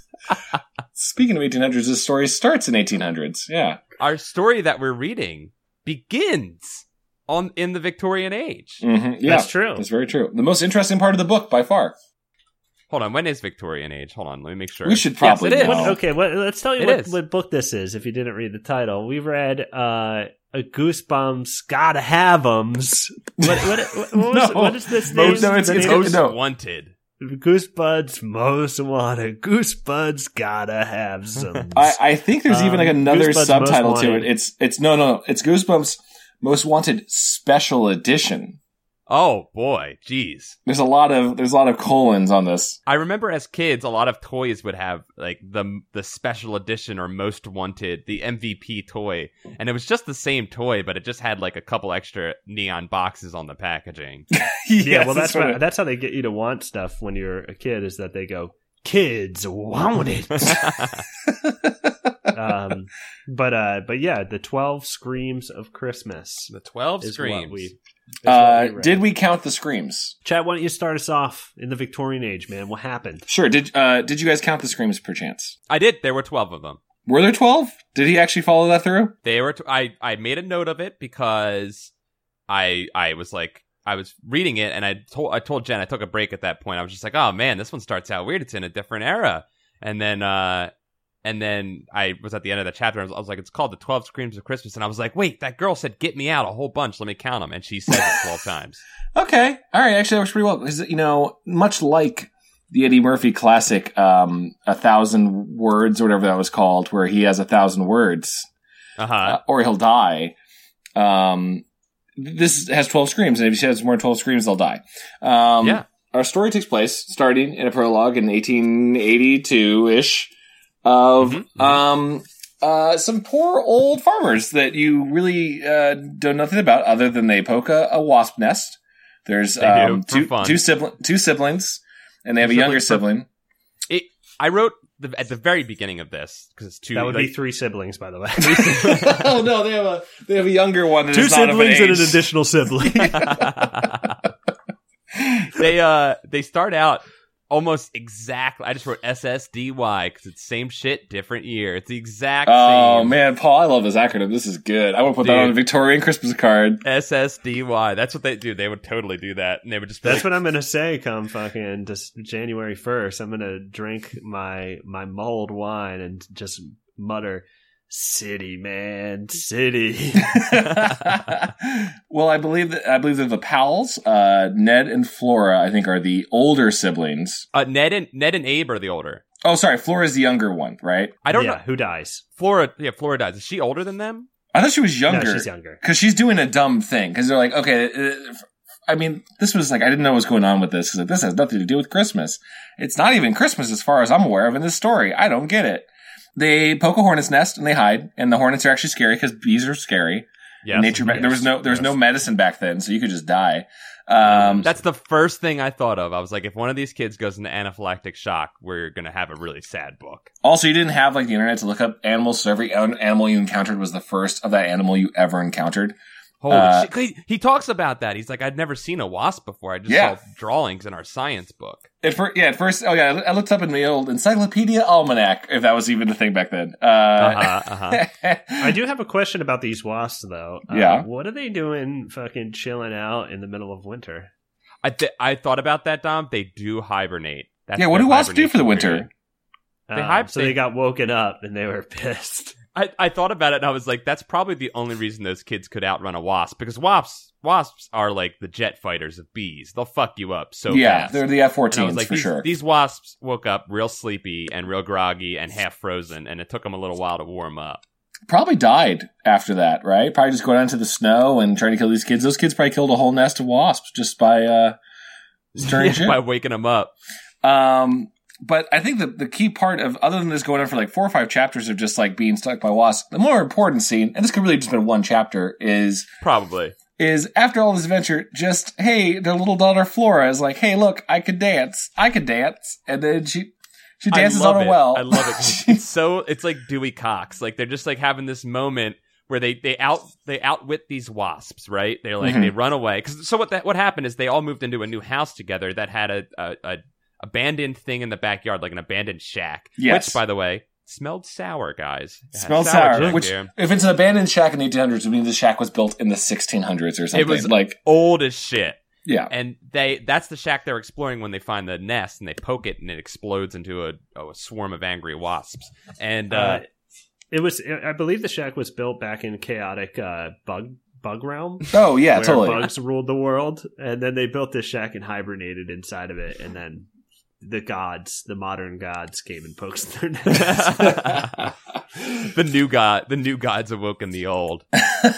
Speaker 2: Speaking of 1800s, the story starts in 1800s. Yeah.
Speaker 3: Our story that we're reading begins on in the Victorian age.
Speaker 2: hmm Yeah.
Speaker 1: That's true.
Speaker 2: That's very true. The most interesting part of the book by far.
Speaker 3: Hold on, when is Victorian age? Hold on, let me make sure.
Speaker 2: We should probably
Speaker 3: yes, it is.
Speaker 2: know.
Speaker 1: What- okay, well, let's tell you
Speaker 3: It
Speaker 1: what,
Speaker 3: is.
Speaker 1: what book this is if you didn't read the title. We read uh, a Goosebumps Gotta Have 'Ems. What, what, what, was-
Speaker 2: No.
Speaker 1: what is this name?
Speaker 2: Most- no, it's-
Speaker 1: The
Speaker 2: it's-
Speaker 1: name-
Speaker 3: Most
Speaker 2: No.
Speaker 3: wanted.
Speaker 1: Goosebuds Most Wanted. Goosebuds Gotta Have 'Ems.
Speaker 2: I, I think there's even like
Speaker 1: Um,
Speaker 2: another
Speaker 1: Goosebumps
Speaker 2: subtitle
Speaker 1: Most
Speaker 2: to it.
Speaker 1: Wanted.
Speaker 2: It's it's no no no. It's Goosebumps Most Wanted Special Edition.
Speaker 3: Oh boy, jeez.
Speaker 2: There's a lot of there's a lot of colons on this.
Speaker 3: I remember as kids, a lot of toys would have like the the special edition or most wanted, the MVP toy, and it was just the same toy, but it just had like a couple extra neon boxes on the packaging.
Speaker 1: yeah, well, that's,
Speaker 2: what
Speaker 1: why, that's how they get you to want stuff when you're a kid is that they go, kids want it. um, but, uh, but yeah, the 12 Screams of Christmas.
Speaker 3: the twelve
Speaker 1: is
Speaker 3: screams.
Speaker 1: What we, is
Speaker 2: it- uh,
Speaker 1: what read.
Speaker 2: did we count the screams?
Speaker 1: Chad, why don't you start us off in the Victorian age, man? What happened?
Speaker 2: Sure. Did uh, did you guys count the screams perchance?
Speaker 3: I did. There were twelve of them.
Speaker 2: Were there twelve? Did he actually follow that through?
Speaker 3: They were. T- I I made a note of it because I I was like I was reading it and I told I told Jen I took a break at that point. I was just like, oh man, this one starts out weird. It's in a different era. And then uh and then I was at the end of the chapter. And I, was, I was like, it's called the Twelve Screams of Christmas. And I was like, wait, that girl said get me out a whole bunch. Let me count them. And she said it twelve times.
Speaker 2: Okay. All right. Actually, that works pretty well. 'Cause, you know, much like the Eddie Murphy classic, um, A Thousand Words or whatever that was called, where he has a thousand words
Speaker 3: Uh-huh.
Speaker 2: uh, or he'll die. Um, this has 12 screams, and if he has more than 12 screams, they'll die. Um,
Speaker 3: Yeah.
Speaker 2: Our story takes place starting in a prologue in 1882 ish of
Speaker 3: Mhm, mhm.
Speaker 2: um, uh, some poor old farmers that you really uh, know nothing about other than they poke a, a wasp nest. There's
Speaker 3: They do,
Speaker 2: um,
Speaker 3: for
Speaker 2: two,
Speaker 3: fun.
Speaker 2: two, sibling, two siblings, and they have a
Speaker 3: Siblings
Speaker 2: younger
Speaker 3: for-
Speaker 2: sibling.
Speaker 3: I wrote the, at the very beginning of this because it's two.
Speaker 1: That would
Speaker 3: like,
Speaker 1: be three siblings, by the way.
Speaker 2: oh no, they have a they have a younger one. that
Speaker 1: Two
Speaker 2: is not of
Speaker 1: siblings and an
Speaker 2: age.
Speaker 1: additional sibling.
Speaker 3: they uh they start out almost exactly. I just wrote SSDY because it's same shit, different year. It's the exact
Speaker 2: Oh
Speaker 3: same.
Speaker 2: man, Paul, I love this acronym. This is good. I want to put that
Speaker 3: Dude.
Speaker 2: on a Victorian Christmas card.
Speaker 3: SSDY. That's what they do. They would totally do that, and they would just. Be
Speaker 1: That's
Speaker 3: like,
Speaker 1: what I'm gonna say. Come fucking just January first, I'm gonna drink my my mulled wine and just mutter, "City man, city."
Speaker 2: well, I believe that I believe that the Powells, uh, Ned and Flora, I think, are the older siblings.
Speaker 3: uh, Ned and Ned and Abe are the older.
Speaker 2: Oh, sorry, Flora's the younger one, right?
Speaker 3: I don't
Speaker 1: Yeah,
Speaker 3: know.
Speaker 1: who dies.
Speaker 3: Flora, yeah, Flora dies. Is she older than them?
Speaker 2: I thought she was younger.
Speaker 1: No, she's younger.
Speaker 2: because she's doing a dumb thing. Because they're like, okay, uh, I mean, this was like I didn't know what was going on with this. 'Cause, Like, this has nothing to do with Christmas. It's not even Christmas as far as I'm aware of in this story. I don't get it. They poke a hornet's nest and they hide, and the hornets are actually scary because bees are scary.
Speaker 3: Yes.
Speaker 2: Nature back there was no there was no medicine back then, so you could just die. Um,
Speaker 3: That's the first thing I thought of. I was like, if one of these kids goes into anaphylactic shock, we're gonna have a really sad book.
Speaker 2: also, you didn't have like the internet to look up animals, so every an- animal you encountered was the first of that animal you ever encountered.
Speaker 3: Holy
Speaker 2: Uh,
Speaker 3: shit. He, he talks about that. He's like, I'd never seen a wasp before. I just
Speaker 2: Yeah.
Speaker 3: saw drawings in our science book.
Speaker 2: At first, yeah, at first, oh yeah, I looked up in the old Encyclopedia Almanac if that was even a thing back then. Uh,
Speaker 3: Uh-huh, uh-huh.
Speaker 1: I do have a question about these wasps, though. Uh,
Speaker 2: Yeah.
Speaker 1: what are they doing? Fucking chilling out in the middle of winter.
Speaker 3: I, th- I thought about that, Dom. They do hibernate. That's
Speaker 2: yeah, what
Speaker 3: their
Speaker 2: do wasps do for the
Speaker 3: hibernation
Speaker 2: winter?
Speaker 1: They
Speaker 3: hype-
Speaker 1: Uh, so
Speaker 3: they-
Speaker 1: they got woken up and they were pissed.
Speaker 3: period. I, I thought about it and I was like, that's probably the only reason those kids could outrun a wasp because wasps wasps are like the jet fighters of bees. They'll fuck you up so
Speaker 2: yeah,
Speaker 3: fast.
Speaker 2: they're the F-14s
Speaker 3: And I was like,
Speaker 2: for
Speaker 3: these,
Speaker 2: sure.
Speaker 3: these wasps woke up real sleepy and real groggy and half frozen, and it took them a little while to warm up.
Speaker 2: probably died after that, right? Probably just going out into the snow and trying to kill these kids. Those kids probably killed a whole nest of wasps just by uh, stirring shit.
Speaker 3: by waking them up.
Speaker 2: Um, but I think the, the key part of, other than this going on for like four or five chapters of just like being stuck by wasps, the more important scene, and this could really just been one chapter, is
Speaker 3: Probably.
Speaker 2: is after all this adventure, just hey, their little daughter Flora is like, hey, look, I could dance, I could dance, and then she she dances
Speaker 3: I love
Speaker 2: on a
Speaker 3: it.
Speaker 2: well.
Speaker 3: I love it. 'cause it's so it's like Dewey Cox. Like they're just like having this moment where they they out they outwit these wasps, right? They're like
Speaker 2: Mm-hmm.
Speaker 3: they run away. 'Cause- so what that what happened is they all moved into a new house together that had a a, a abandoned thing in the backyard, like an abandoned shack.
Speaker 2: Yes.
Speaker 3: Which, by the way, smelled sour, guys. It had
Speaker 2: Smells sour,
Speaker 3: junk
Speaker 2: which
Speaker 3: there.
Speaker 2: if it's an abandoned shack in the 1800s, it means the shack was built in the 1600s or something.
Speaker 3: It was-
Speaker 2: like,
Speaker 3: old as shit.
Speaker 2: yeah,
Speaker 3: And they that's the shack they're exploring when they find the nest and they poke it and it explodes into a, oh, a swarm of angry wasps. And uh,
Speaker 1: Uh, it was, I believe, the shack was built back in chaotic uh, bug bug realm.
Speaker 2: oh yeah,
Speaker 1: where
Speaker 2: totally.
Speaker 1: bugs ruled the world, and then they built this shack and hibernated inside of it, and then the gods, the modern gods, came and poked their nest.
Speaker 3: the new god, the new gods awoken the old.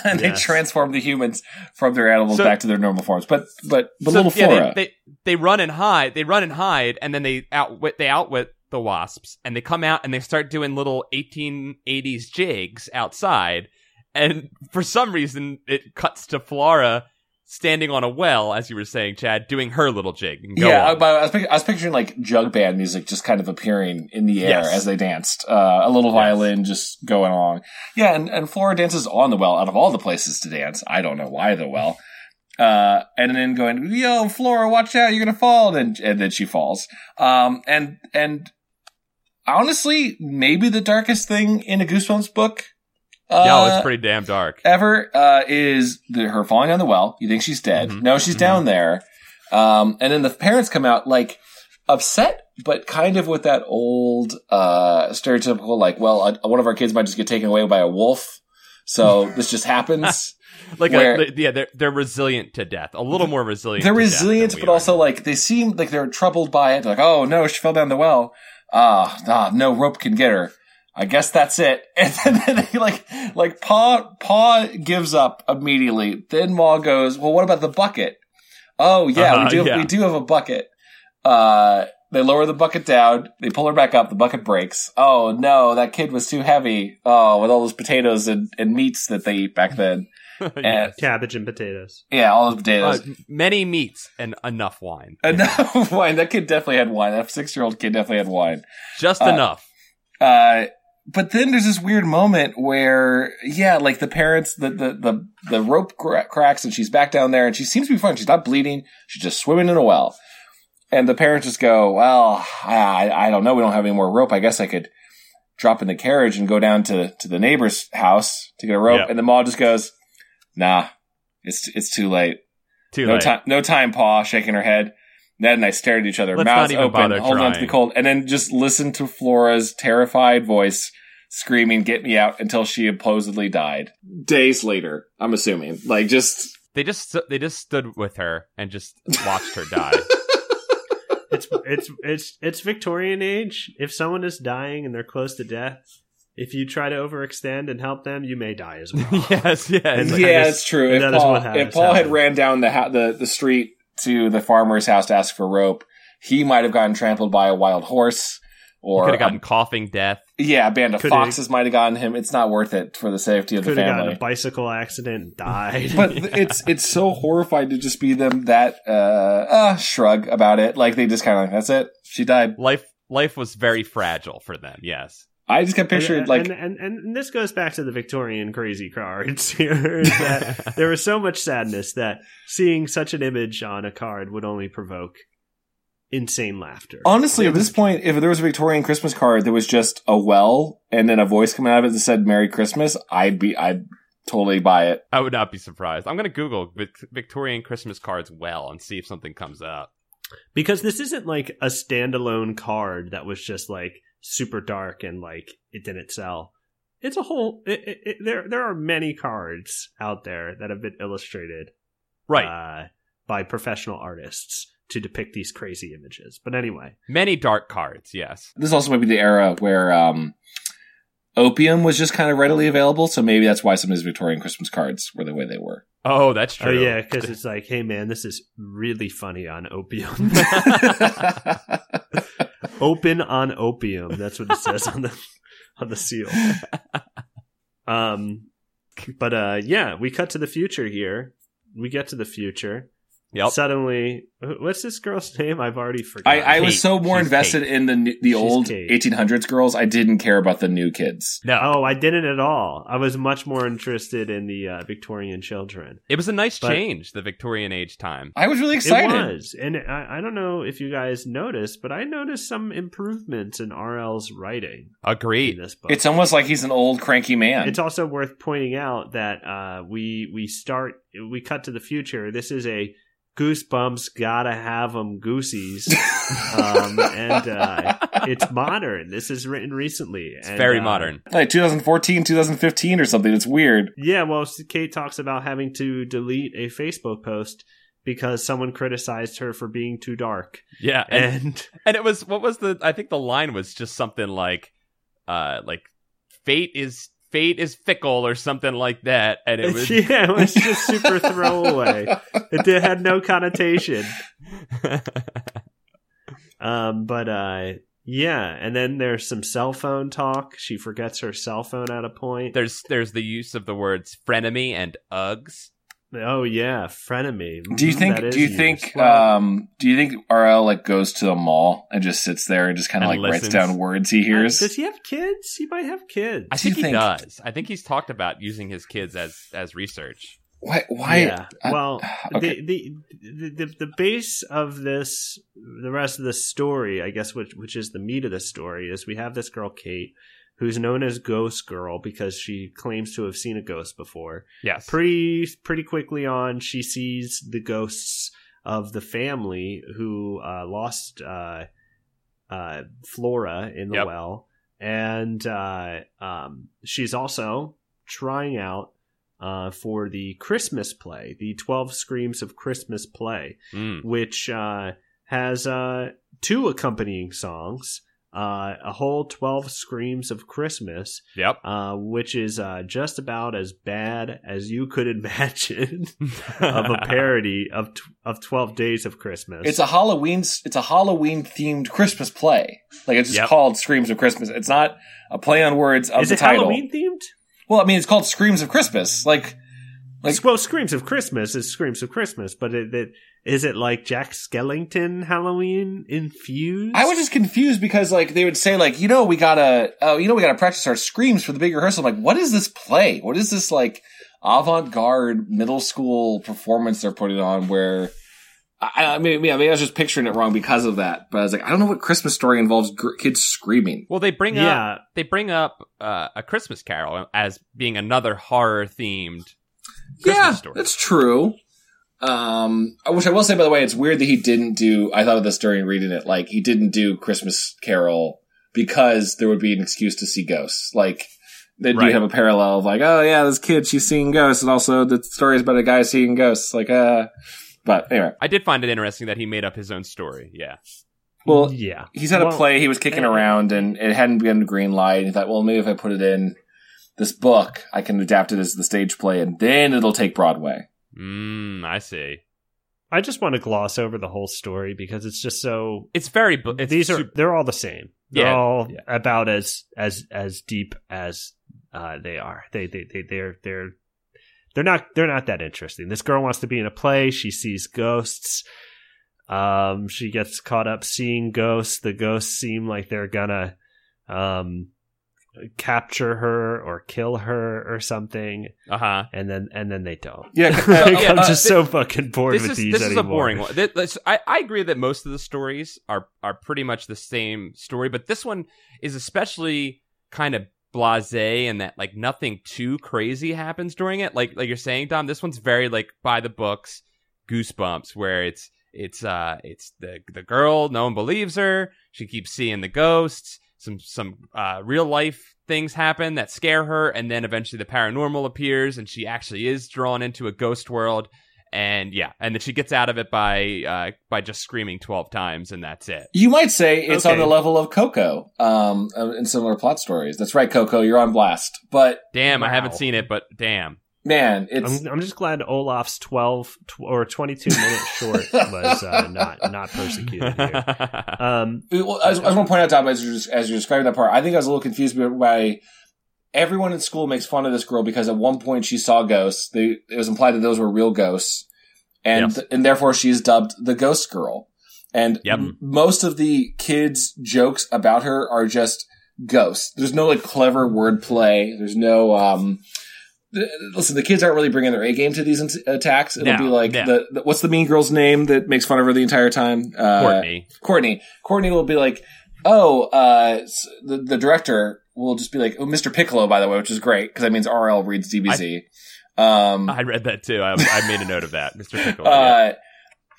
Speaker 2: and they
Speaker 1: Yes.
Speaker 2: transformed the humans from their animals
Speaker 3: So-
Speaker 2: back to their normal forms. But but but
Speaker 3: So,
Speaker 2: little
Speaker 3: yeah,
Speaker 2: Flora,
Speaker 3: they, they they run and hide. They run and hide, and then they outwit they outwit the wasps, and they come out and they start doing little 1880s jigs outside. And for some reason, it cuts to Flora standing on a well, as you were saying, Chad, doing her little jig. And go
Speaker 2: yeah,
Speaker 3: on.
Speaker 2: I, but I was, pic- I was picturing like jug band music just kind of appearing in the air
Speaker 3: Yes.
Speaker 2: as they danced. Uh, a little violin just going along. Yeah, and, and Flora dances on the well out of all the places to dance. I don't know why the well. Uh, and then going, yo, Flora, watch out, you're gonna fall. And, and then she falls. Um, and, and honestly, maybe the darkest thing in a Goosebumps book. Uh,
Speaker 3: Yo, it's pretty damn dark.
Speaker 2: ever uh, is the, her falling down the well. You think she's dead?
Speaker 3: Mhm.
Speaker 2: No, she's
Speaker 3: Mhm.
Speaker 2: down there. Um, and then the parents come out like upset, but kind of with that old uh, stereotypical like, well, uh one of our kids might just get taken away by a wolf, so this just happens.
Speaker 3: Like,
Speaker 2: where-
Speaker 3: a, yeah, they're they're resilient to death. A little more resilient.
Speaker 2: They're
Speaker 3: to death than
Speaker 2: resilient,
Speaker 3: we
Speaker 2: but
Speaker 3: are.
Speaker 2: also like they seem like they're troubled by it. Like, oh no, she fell down the well. Ah, ah, no rope can get her. I guess that's it. And then they like, like Pa, Pa gives up immediately. Then Ma goes, well, what about the bucket? Oh yeah,
Speaker 3: Uh-huh,
Speaker 2: we do.
Speaker 3: yeah.
Speaker 2: We do have a bucket. Uh, they lower the bucket down. They pull her back up. The bucket breaks. Oh no, that kid was too heavy. Oh, with all those potatoes and, and meats that they eat back then.
Speaker 3: Yeah.
Speaker 2: And,
Speaker 1: Cabbage and potatoes.
Speaker 2: yeah, all those
Speaker 3: Uh,
Speaker 2: potatoes.
Speaker 3: many meats and enough wine.
Speaker 2: Enough wine. That kid definitely had wine. That six year old kid definitely had wine.
Speaker 3: Just
Speaker 2: uh,
Speaker 3: enough.
Speaker 2: Uh, but then there's this weird moment where, yeah, like the parents, the the the, the rope cra- cracks, and she's back down there, and she seems to be fine. She's not bleeding. She's just swimming in a well. And the parents just go, "Well, I, I don't know. We don't have any more rope. I guess I could drop in the carriage and go down to to the neighbor's house to get a rope."
Speaker 3: Yeah.
Speaker 2: And the mall just goes, "Nah, it's it's too late.
Speaker 3: Too
Speaker 2: no
Speaker 3: late.
Speaker 2: time, no time, Pa, shaking her head. Ned and I stared at each other,
Speaker 3: Let's not
Speaker 2: mouths
Speaker 3: even
Speaker 2: open,
Speaker 3: bother
Speaker 2: holding on to the
Speaker 3: trying.
Speaker 2: cold, and then just listen to Flora's terrified voice screaming, "Get me out!" until she supposedly died. Days later, I'm assuming, like just
Speaker 3: They just stu- they just stood with her and just watched her die.
Speaker 1: It's it's it's it's Victorian age. If someone is dying and they're close to death, if you try to overextend and help them, you may die as well.
Speaker 3: yes, yes.
Speaker 1: And
Speaker 3: Like,
Speaker 1: that
Speaker 2: yeah,
Speaker 1: is-
Speaker 2: it's true. If
Speaker 1: that is
Speaker 2: Paul,
Speaker 1: what has
Speaker 2: if Paul had
Speaker 1: happened.
Speaker 2: ran down the, ho- the the street to the farmer's house to ask for rope, he might have gotten trampled by a wild horse. Or
Speaker 3: could have gotten coughing death.
Speaker 2: yeah, a band of
Speaker 1: Coulda-
Speaker 2: foxes might have gotten him. It's not worth it for the safety of the
Speaker 1: Could have gotten
Speaker 2: family.
Speaker 1: a bicycle accident and died.
Speaker 2: but it's it's so horrified to just be them that uh, uh shrug about it. Like they just kind of like that's it. She died.
Speaker 3: Life life was very fragile for them. Yes.
Speaker 2: I just kept picturing
Speaker 1: and,
Speaker 2: like
Speaker 1: and, and and this goes back to the Victorian crazy cards here. is that there was so much sadness that seeing such an image on a card would only provoke insane laughter.
Speaker 2: honestly at this point, if there was a Victorian Christmas card that was just a well and then a voice coming out of it that said "Merry Christmas," I'd be I'd totally buy it.
Speaker 3: I would not be surprised. I'm going to Google Vic- Victorian Christmas cards well and see if something comes up.
Speaker 1: because this isn't like a standalone card that was just like super dark and like it didn't sell. It's a whole. It, it, it, there there are many cards out there that have been illustrated
Speaker 3: Right.
Speaker 1: uh, by professional artists to depict these crazy images. But anyway,
Speaker 3: Many dark cards. Yes.
Speaker 2: This also might be the era where um opium was just kind of readily available, so maybe that's why some of these Victorian Christmas cards were the way they were.
Speaker 3: Oh, that's true.
Speaker 1: Oh yeah, because it's like, hey man, this is really funny on opium. Open on opium. That's what it says on the on the seal. Um, but uh, yeah, we cut to the future here. We get to the future.
Speaker 3: Yep.
Speaker 1: Suddenly, wh- what's this girl's name? I've already forgotten.
Speaker 2: I, I was
Speaker 3: Kate.
Speaker 2: so more
Speaker 3: She's
Speaker 2: invested in the new- the
Speaker 1: She's
Speaker 2: old
Speaker 1: Kate.
Speaker 2: 1800s girls. I didn't care about the new kids.
Speaker 3: no,
Speaker 1: oh, I didn't at all. I was much more interested in the uh, Victorian children.
Speaker 3: it was a nice
Speaker 1: but-
Speaker 3: change, the Victorian age time.
Speaker 2: I was really excited.
Speaker 1: It was, and I, I don't know if you guys noticed, but I noticed some improvements in RL's writing in
Speaker 3: Agreed.
Speaker 1: this book.
Speaker 2: It's almost like he's an old cranky man.
Speaker 1: It's also worth pointing out that uh, we we start we cut to the future. This is a goosebumps gotta have 'em goosies, um, and uh, it's modern. This is written recently.
Speaker 3: It's
Speaker 1: and,
Speaker 3: very
Speaker 1: uh,
Speaker 3: modern.
Speaker 2: like 2014, 2015 or something. It's weird.
Speaker 1: Yeah, well, Kate talks about having to delete a Facebook post because someone criticized her for being too dark,
Speaker 3: Yeah, and,
Speaker 1: and
Speaker 3: and it was what was the? I think the line was just something like, uh, like fate is fate is fickle or something like that, and it was
Speaker 1: yeah, it was just super throwaway. It did, had no connotation. Um, but uh, yeah, and then there's some cell phone talk. She forgets her cell phone at a point.
Speaker 3: there's there's the use of the words frenemy and uggs.
Speaker 1: oh yeah, frenemy.
Speaker 2: Do you
Speaker 1: Mhm,
Speaker 2: think?
Speaker 1: that is
Speaker 2: Do you
Speaker 1: used.
Speaker 2: think?
Speaker 1: Well,
Speaker 2: Um, do you think RL like goes to a mall and just sits there and just kind of like
Speaker 3: And
Speaker 2: writes
Speaker 3: listens.
Speaker 2: down words he hears?
Speaker 1: does he have kids? He might have kids.
Speaker 3: I
Speaker 2: Do you
Speaker 3: think he
Speaker 2: think-
Speaker 3: does. I think he's talked about using his kids as as research.
Speaker 2: why? Why?
Speaker 1: yeah.
Speaker 2: I-
Speaker 1: well,
Speaker 2: okay.
Speaker 1: the, the the the the base of this, the rest of the story, I guess, which which is the meat of the story, is we have this girl Kate, who's known as Ghost Girl because she claims to have seen a ghost before.
Speaker 3: Yes.
Speaker 1: pretty pretty quickly on she sees the ghosts of the family who uh, lost uh, uh, flora in the
Speaker 3: Yep.
Speaker 1: well and uh, um, she's also trying out uh, for the christmas play the 12 screams of christmas play
Speaker 3: Mm.
Speaker 1: which uh, has uh, two accompanying songs uh, a whole 12 screams of christmas
Speaker 3: Yep.
Speaker 1: uh, which is uh, just about as bad as you could imagine of a parody of t- of Twelve Days of Christmas.
Speaker 2: it's a Halloween. It's a Halloween themed Christmas play. Like it's just
Speaker 3: Yep.
Speaker 2: called Screams of Christmas. It's not a play on words of
Speaker 1: is
Speaker 2: the
Speaker 1: it
Speaker 2: title.
Speaker 1: Halloween themed?
Speaker 2: Well, I mean, it's called Screams of Christmas. Like Like-
Speaker 1: well, Screams of Christmas is Screams of Christmas, but it, it, is it like Jack Skellington Halloween infused?
Speaker 2: I was just confused because like they would say like you know we gotta oh you know we gotta practice our screams for the big rehearsal. I'm like what is this play? What is this like avant garde middle school performance they're putting on? Where I, I mean yeah maybe I was just picturing it wrong because of that. But I was like I don't know what Christmas story involves gr- kids screaming.
Speaker 3: well, they bring up
Speaker 1: yeah,
Speaker 3: they bring up uh, a Christmas Carol as being another horror themed. Christmas
Speaker 2: yeah,
Speaker 3: story.
Speaker 2: that's true. Um, I- which I will say by the way, it's weird that he didn't do. I thought of this during reading it. Like he didn't do Christmas Carol because there would be an excuse to see ghosts. Like they do
Speaker 3: Right.
Speaker 2: have a parallel of like, oh yeah, this kid she's seeing ghosts, and also the story is about a guy seeing ghosts. Like, uh, but anyway,
Speaker 3: I did find it interesting that he made up his own story. Yeah.
Speaker 2: well,
Speaker 1: yeah.
Speaker 2: he's had a
Speaker 1: Mm-hmm. Well,
Speaker 2: play he was kicking
Speaker 1: eh.
Speaker 2: around and it hadn't been a green light. He thought, well, maybe if I put it in this book, I can adapt it as the stage play, and then it'll take Broadway.
Speaker 3: Mm, I see.
Speaker 1: I just want to gloss over the whole story because it's just so.
Speaker 3: It's very. bu- It's
Speaker 1: these are
Speaker 3: sup-
Speaker 1: they're all the same. They're
Speaker 3: Yeah,
Speaker 1: all
Speaker 3: yeah.
Speaker 1: about as as as deep as uh, they are. They they they they're they're they're not they're not that interesting. This girl wants to be in a play. She sees ghosts. Um, she gets caught up seeing ghosts. The ghosts seem like they're gonna um capture her or kill her or something,
Speaker 3: uh-huh.
Speaker 1: and then and then they don't.
Speaker 2: Yeah,
Speaker 1: Like,
Speaker 3: yeah,
Speaker 1: I'm
Speaker 3: uh,
Speaker 1: just
Speaker 3: thi-
Speaker 1: so fucking bored
Speaker 3: This
Speaker 1: with
Speaker 3: is
Speaker 1: these
Speaker 3: this is
Speaker 1: anymore.
Speaker 3: a boring one. Th- this- I, I agree that most of the stories are are pretty much the same story, but this one is especially kind of blasé and that like nothing too crazy happens during it. Like like you're saying, Dom, this one's very like by the books, goosebumps, where it's it's uh it's the the girl, no one believes her. She keeps seeing the ghosts. Some some uh, real life things happen that scare her, and then eventually the paranormal appears, and she actually is drawn into a ghost world. And yeah, and then she gets out of it by uh, by just screaming twelve times, and that's it.
Speaker 2: You might say it's on
Speaker 1: Okay.
Speaker 2: the level of Coco, um, in similar plot stories. That's right, Coco, you're on blast. But
Speaker 3: Damn, I
Speaker 1: Wow.
Speaker 3: haven't seen it, but damn,
Speaker 2: man, it's
Speaker 1: I'm, I'm just glad Olaf's 12 tw- or 22 minutes short was uh, not not persecuted here. Um,
Speaker 2: Well, I, was, I was going to point out, Tom, as you as you described that part, I think I was a little confused by- by everyone in school makes fun of this girl because at one point she saw ghosts. They, it was implied that those were real ghosts, and
Speaker 3: Yes.
Speaker 2: and therefore she is dubbed the Ghost Girl. And
Speaker 3: Yep.
Speaker 2: m- most of the kids' jokes about her are just ghosts. There's no like clever wordplay. There's no um. th- Listen, the kids aren't really bringing their A game to these in- attacks. It'll
Speaker 3: No,
Speaker 2: be like
Speaker 3: no.
Speaker 2: the, the what's the mean girl's name that makes fun of her the entire time? Uh,
Speaker 3: Courtney.
Speaker 2: Courtney. Courtney will be like, oh, uh, s- the, the director will just be like, oh, Mr. Piccolo, by the way, which is great because that means RL reads DBZ. um,
Speaker 3: I read that too. I, I made a note of that, Mr. Pickle.
Speaker 2: uh,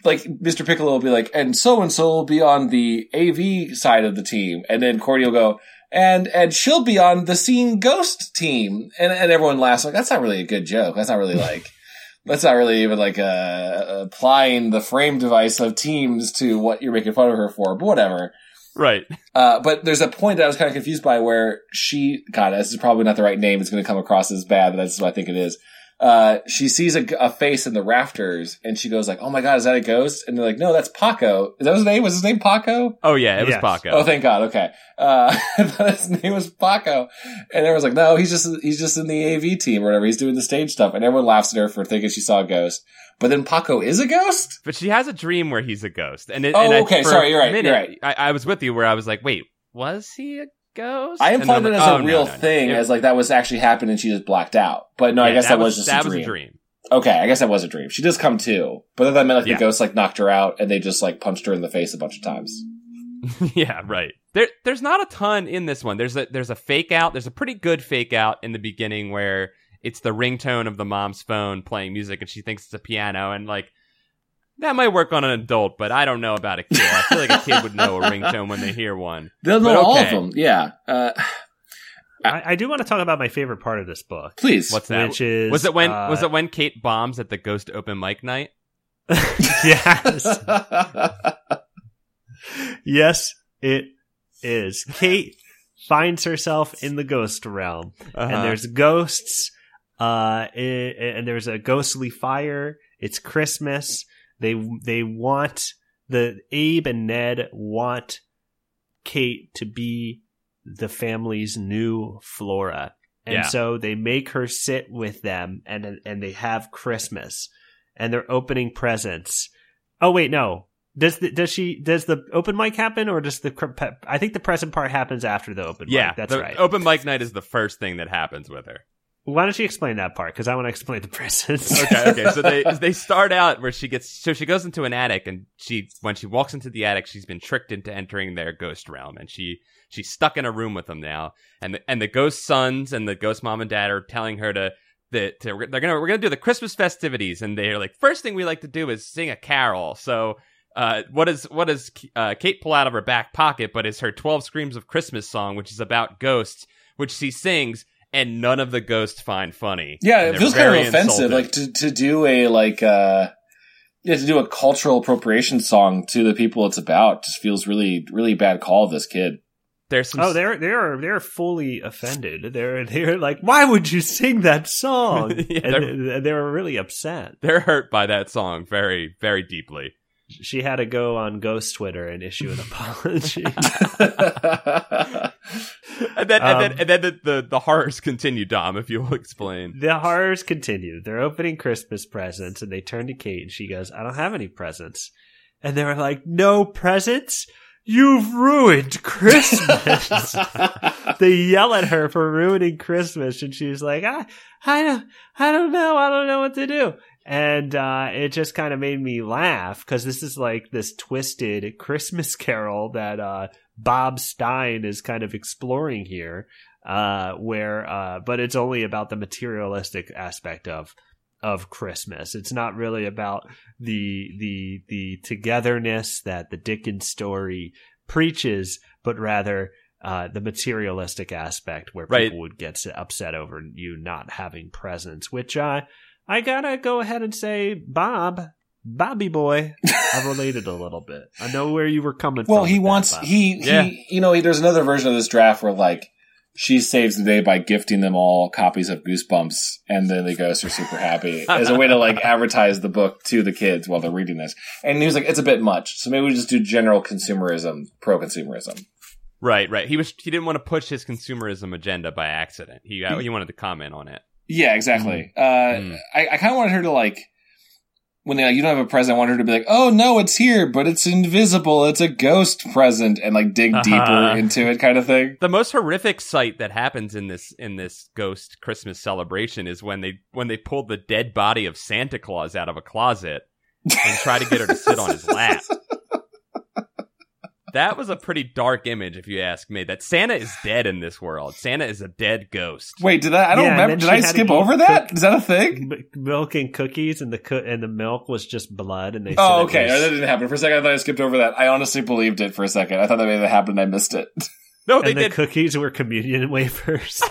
Speaker 2: like Mr. Piccolo will be like, and so and so will be on the AV side of the team, and then Courtney will go, and and she'll be on the Scene Ghost team, and and everyone laughs like that's not really a good joke. That's not really like. That's not really even like uh, applying the frame device of teams to what you're making fun of her for, but whatever.
Speaker 3: right.
Speaker 2: Uh, but there's a point that I was kind of confused by where she, God, this is probably not the right name. It's going to come across as bad, but that's what I think it is. Uh, she sees a, g- a face in the rafters and she goes like, Oh my God, is that a ghost? And they're like, No, that's Paco. Is that his name? Was his name Paco?
Speaker 3: Oh yeah, it was
Speaker 1: Yes.
Speaker 3: Paco.
Speaker 2: Oh, thank God. Okay. Uh, I thought his name was Paco. And everyone's like, No, he's just, he's just in the AV team or whatever. He's doing the stage stuff. And everyone laughs at her for thinking she saw a ghost. But then Paco is a ghost?
Speaker 3: But she has a dream where he's a ghost, and it,
Speaker 2: Oh,
Speaker 3: and I-
Speaker 2: okay,
Speaker 3: for
Speaker 2: sorry,
Speaker 3: a
Speaker 2: you're right, you're
Speaker 3: minute,
Speaker 2: right.
Speaker 3: I, I was with you where I was like, wait, was he a ghost?
Speaker 2: I
Speaker 3: And
Speaker 2: implied
Speaker 3: then
Speaker 2: that
Speaker 3: I'm
Speaker 2: as
Speaker 3: like, oh,
Speaker 2: a
Speaker 3: no,
Speaker 2: real
Speaker 3: no, no.
Speaker 2: thing,
Speaker 3: Yeah.
Speaker 2: as like that was actually happened and she just blacked out. But no, I
Speaker 3: Yeah,
Speaker 2: guess that, was, just a
Speaker 3: that was
Speaker 2: dream.
Speaker 3: a dream.
Speaker 2: Okay, I guess that was a dream. She does come too, but then that meant like
Speaker 3: Yeah.
Speaker 2: the ghost like knocked her out and they just like punched her in the face a bunch of times.
Speaker 3: yeah, right. There, there's not a ton in this one. There's a there's a fake out. There's a pretty good fake out in the beginning where it's the ringtone of the mom's phone playing music, and she thinks it's a piano, and like that might work on an adult, but I don't know about a kid. I feel like a kid would know a ringtone when they hear one.
Speaker 2: They'll
Speaker 3: know all of
Speaker 2: them. Yeah. Uh,
Speaker 1: I, I do want to talk about my favorite part of this book,
Speaker 2: please.
Speaker 3: What's Uh, that?
Speaker 1: which is
Speaker 3: was it when
Speaker 1: uh,
Speaker 3: was it when Kate bombs at the ghost open mic night?
Speaker 1: uh, yes, yes, it is. Kate finds herself in the ghost realm,
Speaker 3: Uh-huh.
Speaker 1: and there's ghosts, uh, i- and there's a ghostly fire. It's Christmas. They they want the Abe and Ned want Kate to be the family's new Flora, and
Speaker 3: Yeah.
Speaker 1: so they make her sit with them, and and they have Christmas, and they're opening presents. Oh wait, no. Does the, does she does the open mic happen or does the cr- pe- I think the present part happens after the open
Speaker 3: yeah,
Speaker 1: mic. That's
Speaker 3: the
Speaker 1: right.
Speaker 3: Open mic night is the first thing that happens with her.
Speaker 1: Why don't you explain that part? Because I want to explain the presents.
Speaker 3: okay, okay. So they they start out where she gets so she goes into an attic and she when she walks into the attic she's been tricked into entering their ghost realm and she she's stuck in a room with them now and the, and the ghost sons and the ghost mom and dad are telling her to that to, they're gonna we're gonna do the Christmas festivities and they're like first thing we like to do is sing a carol so. Uh, what is what does uh, Kate pull out of her back pocket? But is her Twelve Screams of Christmas song, which is about ghosts, which she sings, and none of the ghosts find funny.
Speaker 2: Yeah,
Speaker 3: And
Speaker 2: it
Speaker 3: they're
Speaker 2: feels kind
Speaker 3: very
Speaker 2: of offensive,
Speaker 3: insulted.
Speaker 2: like to, to do a like uh yeah to do a cultural appropriation song to the people it's about. Just feels really really bad call of this kid.
Speaker 3: there's some
Speaker 1: Oh, they're they're they're fully offended. They're they're like, why would you sing that song?
Speaker 3: Yeah,
Speaker 1: and
Speaker 3: they're-
Speaker 1: they- they were really upset.
Speaker 3: they're hurt by that song very, very deeply.
Speaker 1: She had to go on Ghost Twitter and issue an apology.
Speaker 3: And then, and
Speaker 1: Um,
Speaker 3: then, and then the, the, the horrors continue, Dom, if you'll explain.
Speaker 1: the horrors continue. They're opening Christmas presents, and they turn to Kate, and she goes, "I don't have any presents." And they're like, "No presents? You've ruined Christmas." they yell at her for ruining Christmas, and she's like, I, I don't, I don't know, I don't know what to do. And uh, it just kind of made me laugh because this is like this twisted Christmas Carol that uh, Bob Stein is kind of exploring here, uh, where, uh, but it's only about the materialistic aspect of of Christmas. It's not really about the the the togetherness that the Dickens story preaches, but rather uh, the materialistic aspect where
Speaker 3: Right.
Speaker 1: people would get s- upset over you not having presents. Which uh, I gotta go ahead and say, Bob, Bobby boy, I related a little bit. I know where you were coming from.
Speaker 2: Well, he
Speaker 1: with that,
Speaker 2: wants
Speaker 1: Bob.
Speaker 2: he
Speaker 3: Yeah.
Speaker 2: he you know he, there's another version of this draft where like she saves the day by gifting them all copies of Goosebumps, and then the ghosts are super happy as a way to like advertise the book to the kids while they're reading this. And he was like, "It's a bit much, so maybe we just do general consumerism, pro consumerism."
Speaker 3: Right, right. He was he didn't want to push his consumerism agenda by accident. He uh, he wanted to comment on it.
Speaker 2: Yeah, exactly.
Speaker 3: Mm.
Speaker 2: Uh, I, I kind of wanted her to like when they like, you don't have a present. I wanted her to be like, "Oh no, it's here, but it's invisible. It's a ghost present," and like dig deeper
Speaker 3: Uh-huh.
Speaker 2: into it, kind of thing.
Speaker 3: The most horrific sight that happens in this in this ghost Christmas celebration is when they when they pull the dead body of Santa Claus out of a closet and try to get her to sit on his lap. That was a pretty dark image, if you ask me. That Santa is dead in this world. Santa is a dead ghost.
Speaker 2: Wait, did I? I don't
Speaker 1: Yeah, and
Speaker 2: remember.
Speaker 1: then
Speaker 2: Did
Speaker 1: she
Speaker 2: I
Speaker 1: had to
Speaker 2: skip
Speaker 1: eat
Speaker 2: over that?
Speaker 1: cook-
Speaker 2: Is that a thing?
Speaker 1: M- milk and cookies, and the co- and the milk was just blood. And they said
Speaker 2: Oh, okay.
Speaker 1: it
Speaker 2: No,
Speaker 1: was-
Speaker 2: that didn't happen. For a second, I thought I skipped over that. I honestly believed it for a second. I thought that maybe that happened. and I missed it. Oh,
Speaker 3: No,
Speaker 1: and
Speaker 3: they
Speaker 1: the
Speaker 3: did.
Speaker 1: cookies were communion wafers.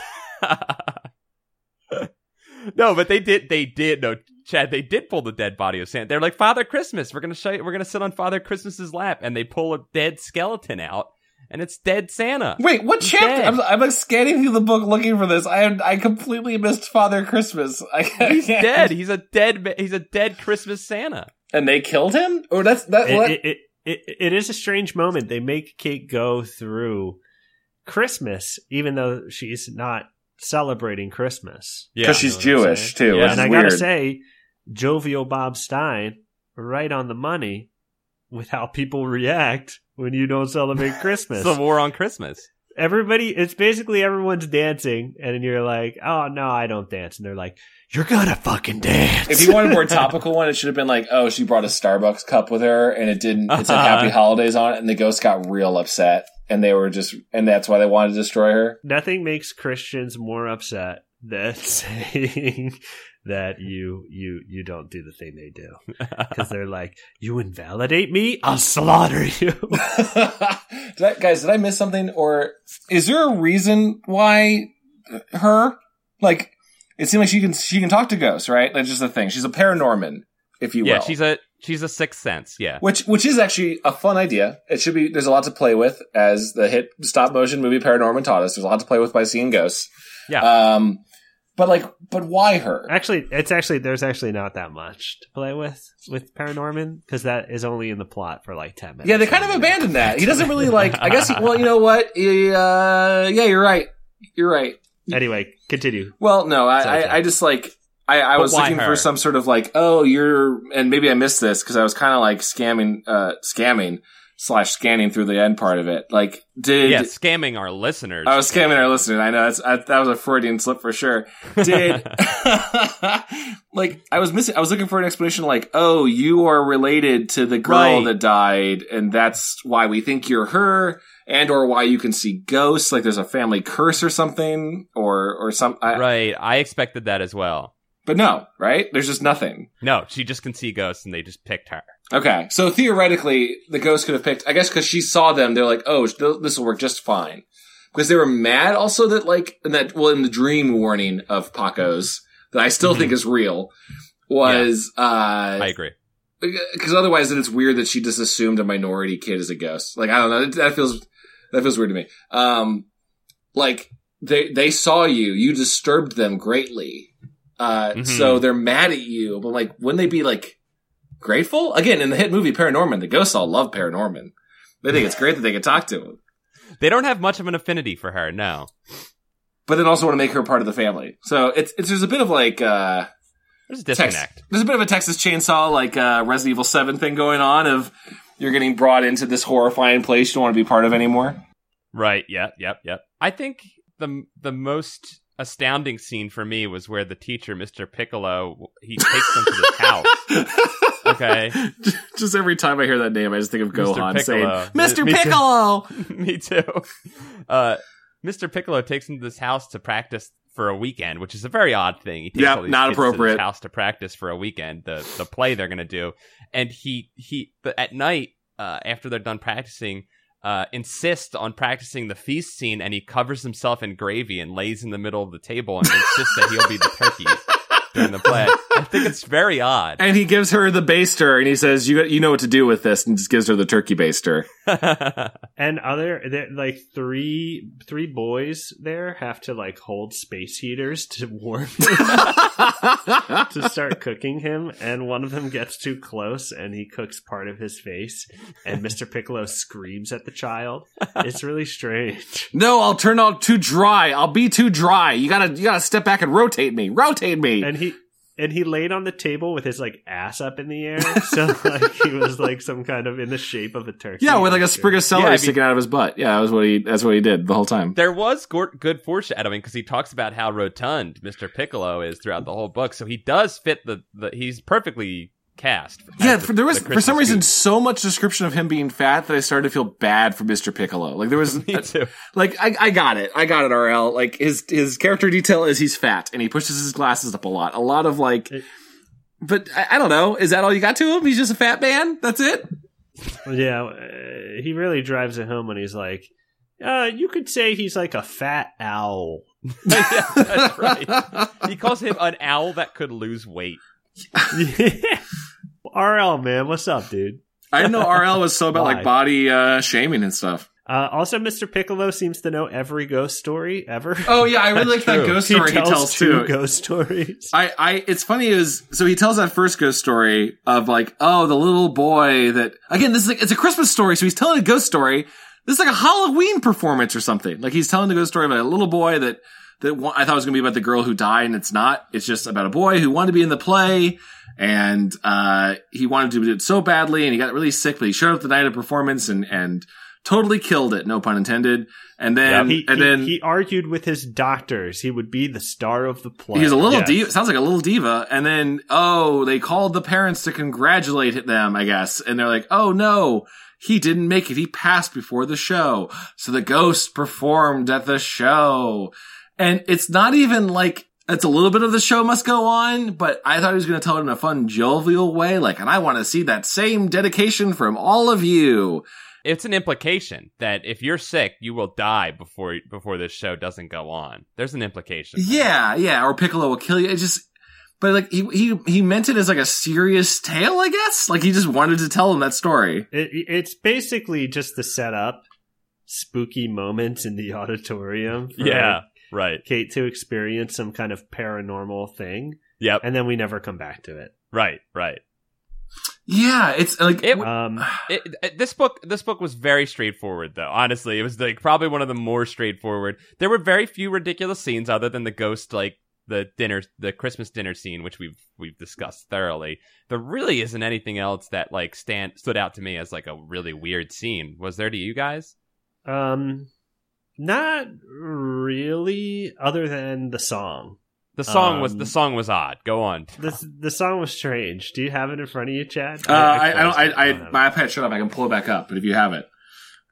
Speaker 3: no, but they did. They did. No, Chad. They did pull the dead body of Santa. They're like Father Christmas. We're gonna show. You, we're gonna sit on Father Christmas's lap, and they pull a dead skeleton out, and it's dead Santa.
Speaker 2: Wait, what
Speaker 3: He's
Speaker 2: chapter?
Speaker 3: dead.
Speaker 2: I'm, I'm like scanning through the book looking for this. I I completely missed Father Christmas. I,
Speaker 3: He's dead. He's a dead. ma- He's a dead Christmas Santa.
Speaker 2: and they killed him. Oh, that's that. what?
Speaker 1: it, it, it, it, it is a strange moment. They make Kate go through Christmas, even though she's not celebrating Christmas.
Speaker 3: Yeah,
Speaker 2: because she's Jewish too. which
Speaker 3: Yeah, This
Speaker 1: and
Speaker 2: is
Speaker 1: I
Speaker 2: weird.
Speaker 1: gotta say, jovial Bob Stein, right on the money with how people react when you don't celebrate Christmas.
Speaker 3: It's the war on Christmas.
Speaker 1: Everybody, it's basically everyone's dancing, and you're like, oh no, I don't dance. And they're like, you're gonna fucking dance.
Speaker 2: if you wanted a more topical one, it should have been like, oh, she brought a Starbucks cup with her, and it didn't. It said
Speaker 3: Uh-huh.
Speaker 2: Happy Holidays on it, and the ghost got real upset, and they were just, and that's why they wanted to destroy her.
Speaker 1: Nothing makes Christians more upset than saying that you you you don't do the thing they do because they're like, you invalidate me, I'll slaughter you.
Speaker 2: did I, guys, did I miss something, or is there a reason why her? Like, it seemed like she can she can talk to ghosts, right? That's just the thing. She's a paranorman, if you
Speaker 3: yeah,
Speaker 2: will.
Speaker 3: she's a she's a sixth sense. Yeah.
Speaker 2: which which is actually a fun idea. It should be. There's a lot to play with, as the hit stop motion movie Paranorman taught us. There's a lot to play with by seeing ghosts.
Speaker 3: Yeah.
Speaker 2: Um, but like, but why her?
Speaker 1: actually, it's actually there's actually not that much to play with with Paranorman because that is only in the plot for like ten minutes.
Speaker 2: Yeah, they kind of abandoned that. He doesn't really like. I guess. Well, you know what? Uh, yeah, you're right. You're right.
Speaker 1: Anyway, continue.
Speaker 2: Well, no, I,
Speaker 1: Sorry,
Speaker 2: I, I just like I, I
Speaker 3: But
Speaker 2: was
Speaker 3: why
Speaker 2: looking for
Speaker 3: her?
Speaker 2: some sort of like, oh, you're, and maybe I missed this because I was kind of like scamming, uh, scamming slash scanning through the end part of it. Like, did
Speaker 3: yeah, scamming our listeners.
Speaker 2: I was scamming our listeners? I know that's I, that was a Freudian slip for sure. Did like I was missing? I was looking for an explanation. Like, oh, you are related to the girl
Speaker 3: Right.
Speaker 2: that died, and that's why we think you're her. And or why you can see ghosts, like there's a family curse or something, or or some. I,
Speaker 3: right. I expected that as well.
Speaker 2: But no, right? There's just nothing.
Speaker 3: No, she just can see ghosts, and they just picked her.
Speaker 2: Okay. So theoretically, the ghost could have picked, I guess because she saw them, they're like, oh, th- this will work just fine. Because they were mad also that, like, and that, well, in the dream warning of Paco's, that I still think is real, was,
Speaker 3: I
Speaker 2: uh,
Speaker 3: agree.
Speaker 2: because otherwise then it's weird that she just assumed a minority kid is a ghost. Like, I don't know. That- That feels, that feels weird to me. Um, like, they, they saw you, you disturbed them greatly. Uh,
Speaker 3: Mhm.
Speaker 2: so they're mad at you, but like, wouldn't they be like grateful? Again, in the hit movie Paranorman, the ghosts all love Paranorman. They think it's great that they can talk to him,
Speaker 3: They don't have much of an affinity for her. No.
Speaker 2: but then also want to make her part of the family. So it's, it's, there's a bit of like, uh,
Speaker 3: There's a
Speaker 2: Tex-
Speaker 3: disconnect.
Speaker 2: there's a bit of a Texas chainsaw, like, uh, Resident Evil 7 thing going on of you're getting brought into this horrifying place you don't want to be part of anymore.
Speaker 3: Right. Yep. Yep. Yep. I think the the most astounding scene for me was where the teacher, Mr. Piccolo, he takes them to this house. Okay.
Speaker 2: just every time I hear that name, I just think of
Speaker 3: Mr.
Speaker 2: Gohan
Speaker 3: Piccolo.
Speaker 2: saying, "Mr.
Speaker 3: Me too.
Speaker 2: Piccolo."
Speaker 3: me too. Uh, Mr. Piccolo takes him to this house to practice for a weekend, which is a very odd thing. He takes
Speaker 2: Yep,
Speaker 3: all these
Speaker 2: not
Speaker 3: kids To
Speaker 2: appropriate.
Speaker 3: this house to practice for a weekend, the the play they're gonna do, and he he but at night uh, after they're done practicing. Uh, insists on practicing the feast scene and he covers himself in gravy and lays in the middle of the table and insists that he'll be the turkey during the play. I think it's very odd.
Speaker 2: And he gives her the baster, and he says, "You got- you know what to do with this," and just gives her the turkey baster.
Speaker 1: And other there, like three three boys there have to like hold space heaters to warm to start cooking him, and one of them gets too close and he cooks part of his face, and Mr. Piccolo screams at the child. It's really strange.
Speaker 2: no, I'll turn out too dry. I'll be too dry. You gotta you gotta step back and rotate me. Rotate me.
Speaker 1: And he and he laid on the table with his like ass up in the air, so like he was like some kind of in the shape of a turkey.
Speaker 2: yeah, with like a sprig of celery
Speaker 3: I mean-
Speaker 2: sticking out of his butt. Yeah, that was what he that's what he did the whole time.
Speaker 3: there was go- good foreshadowing because he talks about how rotund Mr. Piccolo is throughout the whole book, so he does fit the. the he's perfectly cast. as
Speaker 2: Yeah,
Speaker 3: the-
Speaker 2: for, there was
Speaker 3: the
Speaker 2: for some
Speaker 3: Christmas
Speaker 2: reason
Speaker 3: goose.
Speaker 2: so much description of him being fat that I started to feel bad for Mr. Piccolo. Like there was
Speaker 3: Me too.
Speaker 2: like I, I got it. I got it, RL. Like his his character detail is he's fat and he pushes his glasses up a lot. A lot of like
Speaker 1: It-
Speaker 2: but I, I don't know. Is that all you got to him? He's just a fat man. That's it.
Speaker 1: Yeah, uh, he really drives it home when he's like, uh, you could say he's like a fat owl.
Speaker 3: Yeah, that's right. He calls him an owl that could lose weight.
Speaker 1: RL, man, what's up, dude?
Speaker 2: I didn't know RL was so about like
Speaker 1: Why?
Speaker 2: body uh, shaming and stuff.
Speaker 1: Uh, also, Mr. Piccolo seems to know every ghost story ever.
Speaker 2: Oh yeah, I really like that
Speaker 3: true.
Speaker 2: ghost story he tells,
Speaker 1: two
Speaker 2: too.
Speaker 1: ghost stories.
Speaker 2: I, I, it's funny is, so he tells that first ghost story of like, oh, the little boy that, again, this is like, it's a Christmas story, so he's telling a ghost story. This is like a Halloween performance or something. Like he's telling the ghost story about a little boy that, that wa- I thought was going to be about the girl who died and it's not. It's just about a boy who wanted to be in the play and, uh, he wanted to do it so badly and he got really sick, but he showed up the night of performance and, and totally killed it. No pun intended. And then,
Speaker 1: he,
Speaker 2: and
Speaker 1: he-
Speaker 2: then.
Speaker 1: he argued with his doctors he would be the star of the play.
Speaker 2: He's a little
Speaker 1: Yes.
Speaker 2: diva. Sounds like a little diva. And then, oh, they called the parents to congratulate them, I guess. And they're like, oh no, he didn't make it. He passed before the show. So the ghost performed at the show. And it's not even like, it's a little bit of the show must go on, but I thought he was going to tell it in a fun, jovial way. Like, and I want to see that same dedication from all of you.
Speaker 3: It's an implication that if you're sick, you will die before before this show doesn't go on. There's an implication.
Speaker 2: Yeah, yeah. Or Piccolo will kill you. It just, but like he he he meant it as like a serious tale, I guess. Like he just wanted to tell him that story.
Speaker 1: It, it's basically just the setup, spooky moments in the auditorium. for,
Speaker 3: Yeah.
Speaker 1: like,
Speaker 3: Right.
Speaker 1: Kate to experience some kind of paranormal thing,
Speaker 3: Yep.
Speaker 1: and then we never come back to it.
Speaker 3: Right. Right.
Speaker 2: Yeah, it's like
Speaker 3: It-
Speaker 1: Um,
Speaker 3: It, it- this book this book was very straightforward though honestly it was like probably one of the more straightforward there were very few ridiculous scenes other than the ghost like the dinner the christmas dinner scene which we've we've discussed thoroughly there really isn't anything else that like stand stood out to me as like a really weird scene was there to you guys
Speaker 1: um, not really, other than the song.
Speaker 3: the song was
Speaker 1: Um,
Speaker 3: the song was odd go on
Speaker 1: This the song was strange. Do you have it in front of you, Chad?
Speaker 2: uh, I, I don't
Speaker 1: closed it.
Speaker 2: I,
Speaker 1: don't
Speaker 2: I
Speaker 1: have
Speaker 2: my iPad shut up. I can pull it back up, but if you have it,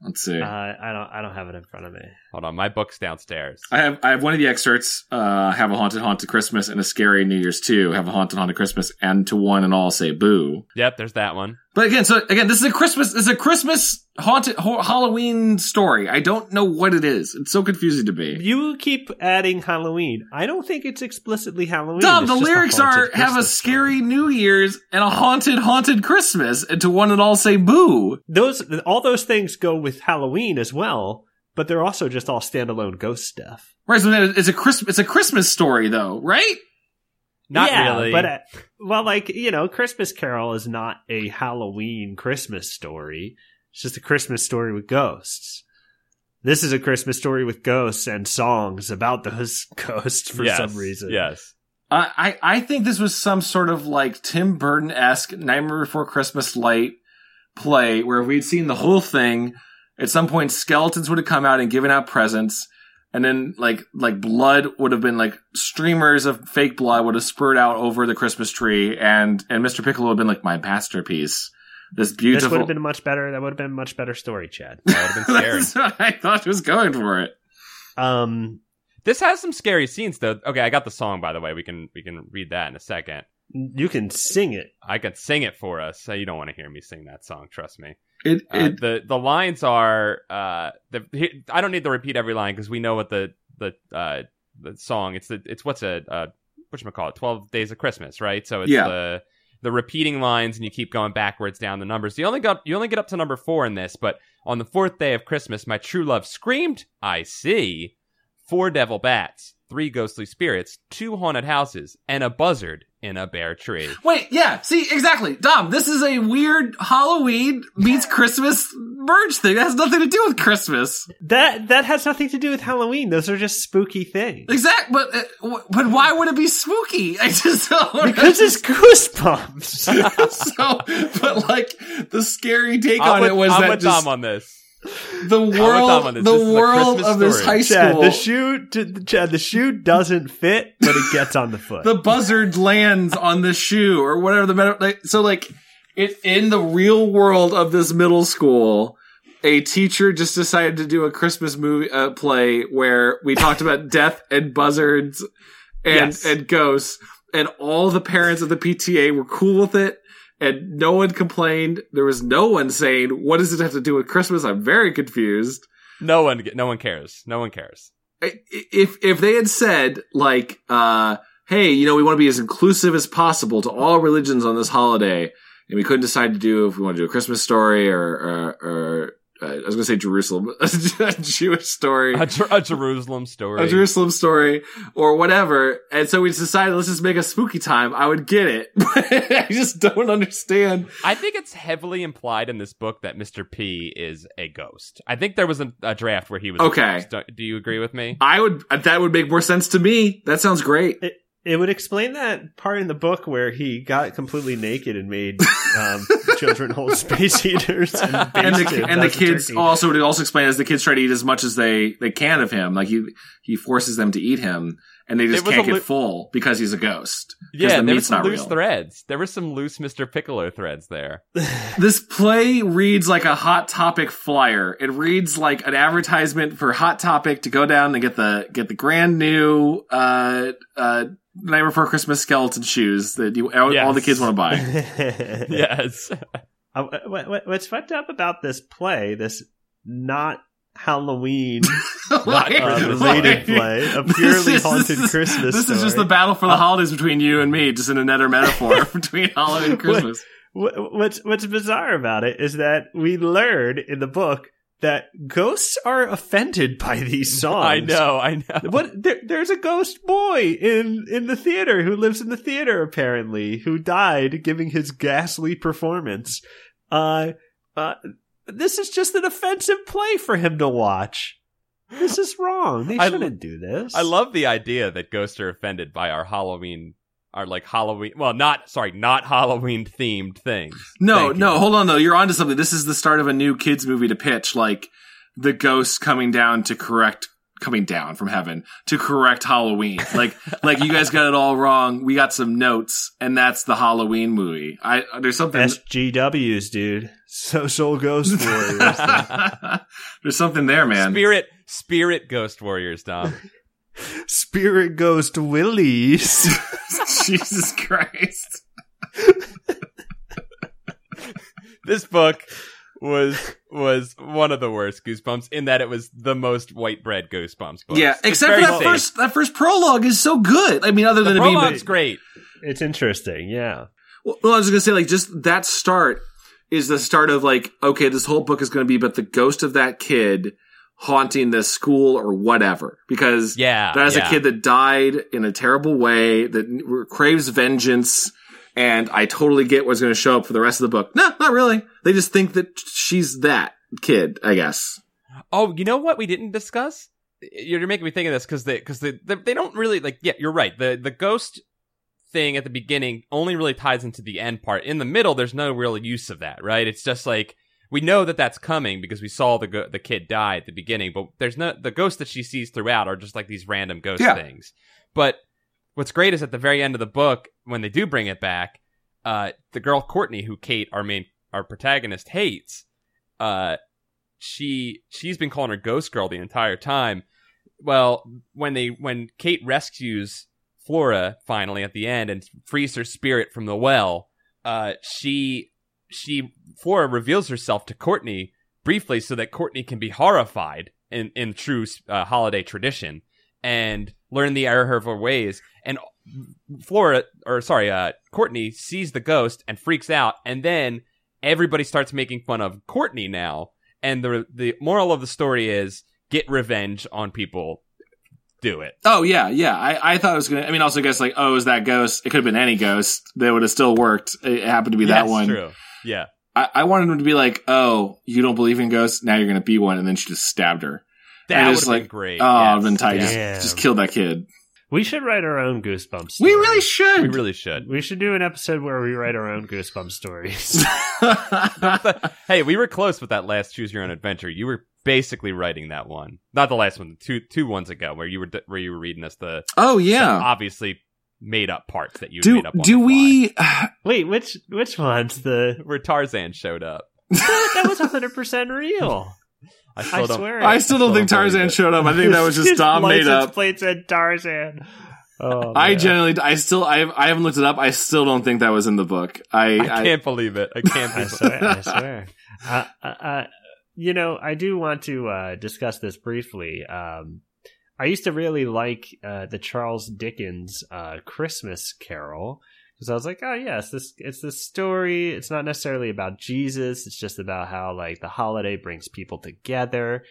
Speaker 2: let's see.
Speaker 1: it. Uh, I don't. I don't have it in front of me.
Speaker 3: hold on my book's downstairs
Speaker 2: I have I have one of the excerpts. Uh, have a haunted haunted Christmas and a scary New Year's too. Have a haunted haunted Christmas and to one and all say boo.
Speaker 3: yep there's that one
Speaker 2: But again, so again, this is a Christmas. This is a Christmas haunted ha- Halloween story. I don't know what it is. It's so confusing to me.
Speaker 1: You keep adding Halloween. I don't think it's explicitly Halloween.
Speaker 2: Dub,
Speaker 1: It's
Speaker 2: the
Speaker 1: just a
Speaker 2: lyrics are
Speaker 1: haunted
Speaker 2: have a
Speaker 1: Christmas
Speaker 2: scary
Speaker 1: song.
Speaker 2: New Year's and a haunted, haunted Christmas, and to one and all say boo.
Speaker 1: Those all those things go with Halloween as well, but they're also just all standalone ghost stuff.
Speaker 2: Right, so then it's a Christmas it's a Christmas story though, right?
Speaker 3: not
Speaker 1: Yeah,
Speaker 3: really
Speaker 1: But uh, well, like you know, Christmas Carol is not a Halloween Christmas story. It's just a Christmas story with ghosts. This is a Christmas story with ghosts and songs about those ghosts for
Speaker 3: Yes,
Speaker 1: some reason.
Speaker 3: yes
Speaker 2: I I I think this was some sort of like Tim Burton esque Nightmare Before Christmas light play where we'd seen the whole thing. At some point, skeletons would have come out and given out presents, and then like like blood would have been like streamers of fake blood would have spurted out over the Christmas tree, and and Mr. Piccolo would have been like my masterpiece. This
Speaker 1: This
Speaker 2: beautiful.
Speaker 1: would have been much better. That would have been a much better story, Chad.
Speaker 3: that would have been scary
Speaker 2: That's what I thought was going for it.
Speaker 1: Um,
Speaker 3: this has some scary scenes though okay i got the song by the way we can we can read that in a second
Speaker 1: you can sing it.
Speaker 3: I could sing it for us. So you don't want to hear me sing that song. Trust me.
Speaker 2: It,
Speaker 3: Uh,
Speaker 2: it
Speaker 3: the the lines are uh the he- I don't need to repeat every line because we know what the the uh the song. It's the it's what's a uh what call it, Twelve Days of Christmas, right? So it's
Speaker 2: Yeah.
Speaker 3: the the repeating lines, and you keep going backwards down the numbers. You only got you only get up to number four in this, but on the fourth day of Christmas, my true love screamed, "I see!" Four devil bats, three ghostly spirits, two haunted houses, and a buzzard in a bare tree.
Speaker 2: Wait, yeah, see, exactly. Dom, this is a weird Halloween meets Christmas merge thing. That has nothing to do with Christmas.
Speaker 1: That that has nothing to do with Halloween. Those are just spooky things.
Speaker 2: Exact, but uh, w- but why would it be spooky? I just don't
Speaker 1: Because it's goosebumps.
Speaker 2: so. But like the scary take
Speaker 3: I'm
Speaker 2: on
Speaker 3: with,
Speaker 2: it was
Speaker 3: I'm
Speaker 2: that
Speaker 3: with
Speaker 2: just
Speaker 3: Dom on this.
Speaker 2: the
Speaker 3: Dom
Speaker 2: world,
Speaker 3: on this.
Speaker 2: the
Speaker 3: This is a
Speaker 2: world
Speaker 3: Christmas
Speaker 2: of this
Speaker 3: story.
Speaker 2: high school.
Speaker 1: Chad, the shoe, d- Chad, the shoe doesn't fit, but it gets on the foot.
Speaker 2: the buzzard lands on the shoe or whatever the meta- like, so like it in the real world of this middle school a teacher just decided to do a christmas movie uh, play where we talked about death and buzzards and
Speaker 1: Yes.
Speaker 2: and ghosts and all the parents of the PTA were cool with it and no one complained there was no one saying what does it have to do with christmas i'm very confused
Speaker 3: No one, no one cares. No one cares.
Speaker 2: I- if if they had said like uh hey you know we want to be as inclusive as possible to all religions on this holiday and we couldn't decide to do if we want to do a christmas story or or, or uh, i was gonna say jerusalem a jewish story
Speaker 3: A, Jer- a Jerusalem story.
Speaker 2: a jerusalem story or whatever and so we decided let's just make a spooky time i would get it but i just don't understand
Speaker 3: I think it's heavily implied in this book that Mr. P is a ghost. I think there was a, a draft where he was a
Speaker 2: Okay. Uh,
Speaker 3: ghost. Do, do you agree with me?
Speaker 2: i would that would make more sense to me that sounds great
Speaker 1: it would explain that part in the book where he got completely naked and made um, children hold space heaters and,
Speaker 2: and
Speaker 1: basted
Speaker 2: the,
Speaker 1: him
Speaker 2: and the
Speaker 1: as a
Speaker 2: kids
Speaker 1: turkey.
Speaker 2: also it also explained as the kids try to eat as much as they they can of him like he he forces them to eat him and they just
Speaker 3: It was
Speaker 2: can't
Speaker 3: a
Speaker 2: get
Speaker 3: loo-
Speaker 2: full because he's a ghost the
Speaker 3: Yeah, there were
Speaker 2: meat's
Speaker 3: some
Speaker 2: not
Speaker 3: loose
Speaker 2: real.
Speaker 3: threads. There were some loose Mr. Piccolo threads there.
Speaker 2: this play reads like a hot topic flyer it reads like an advertisement for hot topic to go down and get the get the grand new uh uh night before christmas skeleton shoes that you all, all the
Speaker 3: Yes.
Speaker 2: kids want to buy
Speaker 1: yeah.
Speaker 3: yes.
Speaker 1: Uh, what, what, what's fucked up about this play, this not Halloween
Speaker 2: Like-
Speaker 1: uh, related
Speaker 2: like-
Speaker 1: play, a
Speaker 2: This
Speaker 1: purely
Speaker 2: is-
Speaker 1: haunted
Speaker 2: this is-
Speaker 1: Christmas
Speaker 2: This is just the
Speaker 1: story. Uh,
Speaker 2: battle for the holidays between you and me, just in a netter metaphor between Halloween and Christmas.
Speaker 1: Wh- what's what's bizarre about it is that we learn in the book that ghosts are offended by these songs.
Speaker 3: I know, I know.
Speaker 1: What there, there's a ghost boy in in the theater who lives in the theater apparently who died giving his ghastly performance. Uh, uh this is just an offensive play for him to watch. This is wrong. They
Speaker 3: I
Speaker 1: shouldn't do this.
Speaker 3: I love the idea that ghosts are offended by our Halloween, our like Halloween, well, not, sorry, not Halloween themed things.
Speaker 2: No,
Speaker 3: Thank
Speaker 2: no,
Speaker 3: you.
Speaker 2: hold on though. You're onto something. This is the start of a new kids movie to pitch, like the ghosts coming down to correct coming down from heaven to correct Halloween. Like like you guys got it all wrong. We got some notes, and that's the Halloween movie. I there's something
Speaker 1: SGWs, dude. Social ghost warriors.
Speaker 2: there's something there, man.
Speaker 3: Spirit, spirit ghost warriors, Dom.
Speaker 1: Spirit ghost willies.
Speaker 2: Jesus Christ.
Speaker 3: this book was was one of the worst goosebumps in that it was the most white bread goosebumps book.
Speaker 2: Yeah, except for that first that first prologue is so good. I mean, other
Speaker 3: the
Speaker 2: than it being
Speaker 3: prologue's great.
Speaker 1: it's interesting, yeah.
Speaker 2: well, I was gonna say like just that start is the start of like okay, this whole book is gonna be about the ghost of that kid haunting this school or whatever because
Speaker 3: Yeah,
Speaker 2: that is
Speaker 3: yeah.
Speaker 2: a kid that died in a terrible way that craves vengeance. And I totally get what's going to show up for the rest of the book. No, not really. They just think that she's that kid, I guess.
Speaker 3: Oh, you know what we didn't discuss? You're making me think of this because they because they, they they don't really like. Yeah, you're right. The the ghost thing at the beginning only really ties into the end part. In the middle, there's no real use of that, right? It's just like we know that that's coming because we saw the go- the kid die at the beginning, but there's no the ghosts that she sees throughout are just like these random ghost
Speaker 2: Yeah.
Speaker 3: things. But what's great is at the very end of the book when they do bring it back, uh, the girl Courtney, who Kate, our main our protagonist, hates, uh, she she's been calling her Ghost Girl the entire time. Well, when they when Kate rescues Flora finally at the end and frees her spirit from the well, uh, she she Flora reveals herself to Courtney briefly so that Courtney can be horrified in in true uh, holiday tradition, and learn the error of her ways. And Flora, or sorry, uh, Courtney sees the ghost and freaks out, and then everybody starts making fun of Courtney now. And the the moral of the story is get revenge on people. Do it.
Speaker 2: Oh yeah, yeah. I, I thought it was gonna. I mean, also, I guess like, oh, is that ghost? It could have been any ghost. That would have still worked. It happened to be that
Speaker 3: Yes,
Speaker 2: one.
Speaker 3: True. Yeah.
Speaker 2: I, I wanted him to be like, oh, you don't believe in ghosts? Now you're gonna be one, and then she just stabbed her.
Speaker 3: That would
Speaker 2: it's
Speaker 3: have
Speaker 2: like,
Speaker 3: been great.
Speaker 2: Oh,
Speaker 3: Yes.
Speaker 2: I've been tight. Just,
Speaker 1: Yeah.
Speaker 2: just killed that kid.
Speaker 1: We should write our own goosebumps.
Speaker 2: We
Speaker 1: story.
Speaker 2: really should.
Speaker 3: We really should.
Speaker 1: we should do an episode where we write our own goosebumps stories.
Speaker 3: hey, we were close with that last Choose Your Own Adventure. You were basically writing that one, not the last one, two two ones ago, where you were where you were reading us the
Speaker 2: oh yeah.
Speaker 3: obviously made up parts that you
Speaker 2: Do
Speaker 3: made up. On
Speaker 2: do
Speaker 3: the fly.
Speaker 2: we?
Speaker 1: Wait, which which one's the?
Speaker 3: Where Tarzan showed up.
Speaker 1: That was hundred percent real.
Speaker 3: I, still
Speaker 1: I
Speaker 3: don't-
Speaker 1: swear.
Speaker 2: I still don't think
Speaker 3: Still don't believe
Speaker 2: Tarzan
Speaker 3: it.
Speaker 2: showed up. I think that was just
Speaker 1: His
Speaker 2: Dom made
Speaker 1: license
Speaker 2: up.
Speaker 1: Plate said Tarzan. Oh,
Speaker 2: I
Speaker 1: man.
Speaker 2: generally, I still, I, I haven't looked it up. I still don't think that was in the book. I,
Speaker 3: I
Speaker 2: I,
Speaker 3: can't believe it. I can't
Speaker 1: I
Speaker 3: believe it.
Speaker 1: swear. I swear. uh, uh, uh, you know, I do want to uh, discuss this briefly. Um, I used to really like uh, the Charles Dickens uh, Christmas Carol because I was like, oh yes, this it's this story. It's not necessarily about Jesus. It's just about how like the holiday brings people together.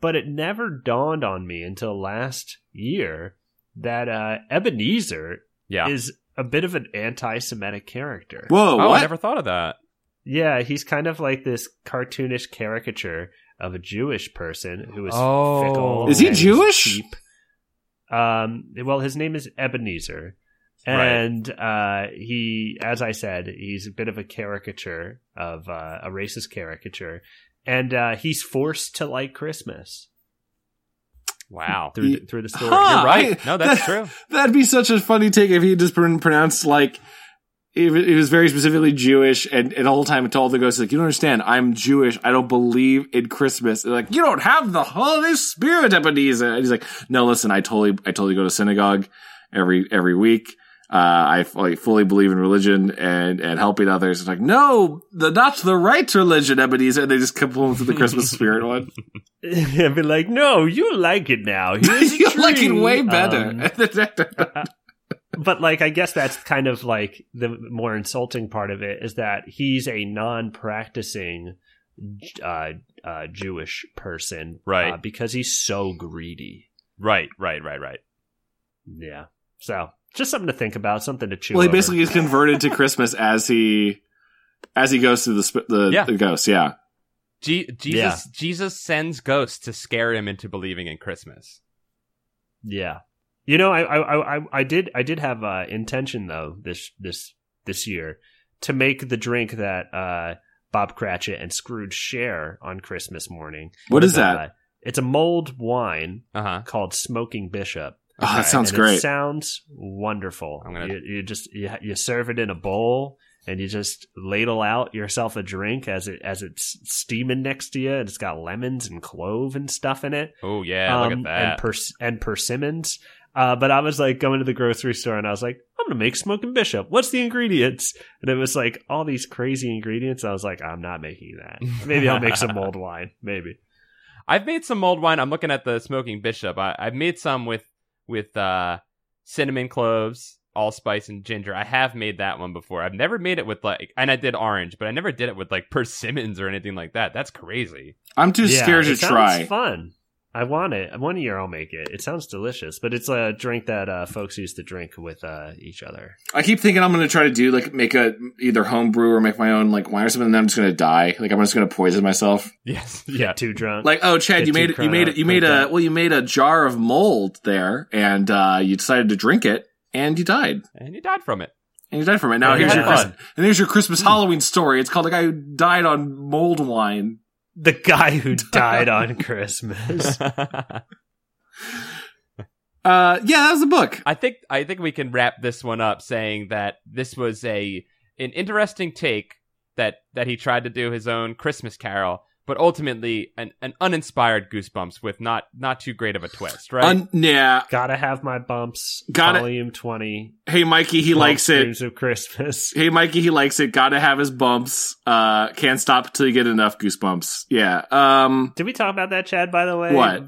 Speaker 1: But it never dawned on me until last year that uh, Ebenezer
Speaker 3: Yeah.
Speaker 1: is a bit of an anti-Semitic character.
Speaker 2: whoa,
Speaker 3: Oh, I
Speaker 2: what?
Speaker 3: never thought of that.
Speaker 1: Yeah, he's kind of like this cartoonish caricature of a Jewish person who is
Speaker 3: Oh.
Speaker 1: fickle.
Speaker 2: Is he
Speaker 1: and
Speaker 2: Jewish?
Speaker 1: cheap. Um, well, his name is Ebenezer,
Speaker 3: Right.
Speaker 1: and uh, he, as I said, he's a bit of a caricature of uh, a racist caricature, and uh, he's forced to like Christmas
Speaker 3: Wow.
Speaker 1: through
Speaker 2: Ye-
Speaker 1: the, through the story.
Speaker 2: Huh.
Speaker 3: You're right.
Speaker 2: I-
Speaker 3: No, that's
Speaker 2: that-
Speaker 3: true.
Speaker 2: That'd be such a funny take if he just pron- pronounced like if it it was very specifically Jewish, and, and the whole time it told the ghost like, "You don't understand. I'm Jewish. I don't believe in Christmas." And like, you don't have the Holy Spirit, Ebenezer. And he's like, "No, listen. I totally, I totally go to synagogue every every week. Uh, I f- like, fully believe in religion and and helping others." It's like, no, the not the right religion, Ebenezer. And they just come with the Christmas spirit one.
Speaker 1: I'd be like, no, you like it now. Here's a
Speaker 2: you like it
Speaker 1: tree."
Speaker 2: way
Speaker 1: Um,
Speaker 2: better.
Speaker 1: but like i guess that's kind of like the more insulting part of it is that he's a non-practicing uh, uh, jewish person
Speaker 3: Right.
Speaker 1: uh, because he's so greedy
Speaker 3: Right, right, right, right.
Speaker 1: yeah so just something to think about something to chew
Speaker 2: Well, he
Speaker 1: over.
Speaker 2: basically is converted to Christmas as he as he goes through the sp- the,
Speaker 3: Yeah.
Speaker 2: the ghost. Yeah,
Speaker 3: Je- Jesus,
Speaker 1: Yeah.
Speaker 3: Jesus sends ghosts to scare him into believing in Christmas.
Speaker 1: yeah you know i i I- i, I did i did have uh intention though this this this year to make the drink that uh bob cratchit and scrooge share on christmas morning
Speaker 2: what is that?
Speaker 1: Uh, it's a mulled wine
Speaker 3: Uh huh.
Speaker 1: called Smoking Bishop.
Speaker 2: oh, that
Speaker 3: okay.
Speaker 2: sounds
Speaker 1: and It
Speaker 2: great.
Speaker 1: sounds wonderful.
Speaker 3: I'm gonna-
Speaker 1: you, you just you, you serve it in a bowl and you just ladle out yourself a drink as it as it's steaming next to you. And it's got lemons and clove and stuff in it.
Speaker 3: Oh yeah, look at
Speaker 1: um,
Speaker 3: that.
Speaker 1: And, pers- and persimmons. Uh, but I was like going to the grocery store and I was like, I'm gonna make smoking bishop. What's the ingredients? And it was like all these crazy ingredients. I was like, I'm not making that. Maybe I'll make some mulled wine. Maybe.
Speaker 3: I've made some mulled wine. I'm looking at the smoking bishop. I, I've made some with with uh, cinnamon cloves, allspice, and ginger. I have made that one before. I've never made it with like, and I did orange, but I never did it with like persimmons or anything like that. That's crazy.
Speaker 2: I'm too scared to
Speaker 1: it sounds
Speaker 2: try.
Speaker 1: Fun. I want it. One year I'll make it. It sounds delicious, but it's a drink that uh, folks used to drink with uh, each other.
Speaker 2: I keep thinking I'm going to try to do like make a either home brew or make my own like wine or something. And then I'm just going to die. Like I'm just going to poison myself.
Speaker 3: Yes.
Speaker 1: Get
Speaker 3: Yeah.
Speaker 1: too drunk.
Speaker 2: Like oh
Speaker 1: Get
Speaker 2: Chad, you
Speaker 1: too
Speaker 2: made it. You
Speaker 1: crunk-
Speaker 2: made it. You made
Speaker 1: cranked
Speaker 2: a
Speaker 1: up.
Speaker 2: well. You made a jar of mold there, and uh, you decided to drink it, and you died.
Speaker 3: And you died from it.
Speaker 2: And you died from it. Now
Speaker 1: Yeah,
Speaker 2: here's
Speaker 1: you
Speaker 2: your
Speaker 1: had
Speaker 2: Christ- and here's your Christmas Halloween story. It's called the guy who died on mold wine.
Speaker 1: the guy who died on Christmas.
Speaker 3: I
Speaker 2: Uh, yeah, that was the book.
Speaker 3: think I think we can wrap this one up saying that this was a an interesting take that that he tried to do his own Christmas Carol, but ultimately an, an uninspired Goosebumps with not not too great of a twist, right?
Speaker 2: Un- yeah.
Speaker 1: Gotta have my bumps.
Speaker 2: Got it.
Speaker 1: Volume twenty.
Speaker 2: Hey, Mikey, he
Speaker 1: 12
Speaker 2: likes it.
Speaker 1: Dreams of Christmas.
Speaker 2: Hey, Mikey, he likes it. Gotta have his bumps. Uh, can't stop till you get enough goosebumps. Yeah. Um,
Speaker 1: Did we talk about that, Chad? By the way,
Speaker 2: What?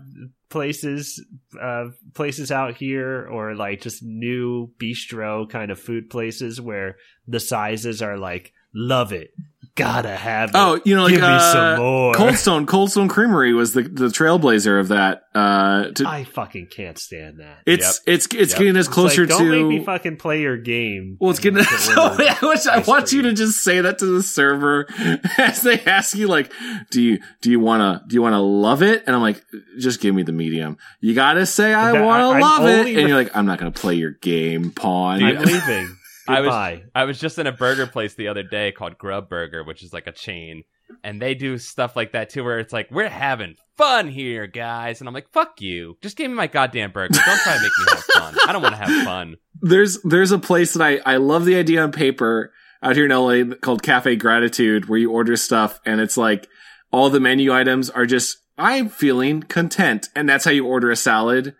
Speaker 1: places uh places out here or like just new bistro kind of food places where the sizes are like love it gotta have it
Speaker 2: Oh, you know, like
Speaker 1: give me
Speaker 2: uh,
Speaker 1: some more
Speaker 2: Cold Stone, Cold Stone Creamery was the the trailblazer of that. Uh, to,
Speaker 1: i fucking can't stand that
Speaker 2: it's it's it's
Speaker 3: Yep.
Speaker 2: getting us
Speaker 1: It's
Speaker 2: closer
Speaker 1: like,
Speaker 2: to.
Speaker 1: don't make me fucking play your game
Speaker 2: well, it's getting. So, I wish I
Speaker 1: ice
Speaker 2: want you
Speaker 1: cream.
Speaker 2: to just say that to the server as they ask you, like, do you do you wanna do you wanna love it? And I'm like, just give me the medium. You gotta say I
Speaker 1: That- I-
Speaker 2: wanna
Speaker 1: I'm
Speaker 2: love it,
Speaker 1: only
Speaker 2: and
Speaker 1: re-
Speaker 2: you're like, I'm not gonna play your game, pawn.
Speaker 1: i'm leaving
Speaker 3: I was-
Speaker 1: goodbye
Speaker 3: I was just in a burger place the other day called Grub Burger, which is like a chain, and they do stuff like that too, where it's like we're having fun here, guys, and I'm like, fuck you, just give me my goddamn burger. Don't try to make me have fun. I don't want to have fun.
Speaker 2: there's there's a place that I I love the idea on paper out here in LA called Cafe Gratitude where you order stuff and it's like all the menu items are just I'm feeling content and that's how you order a salad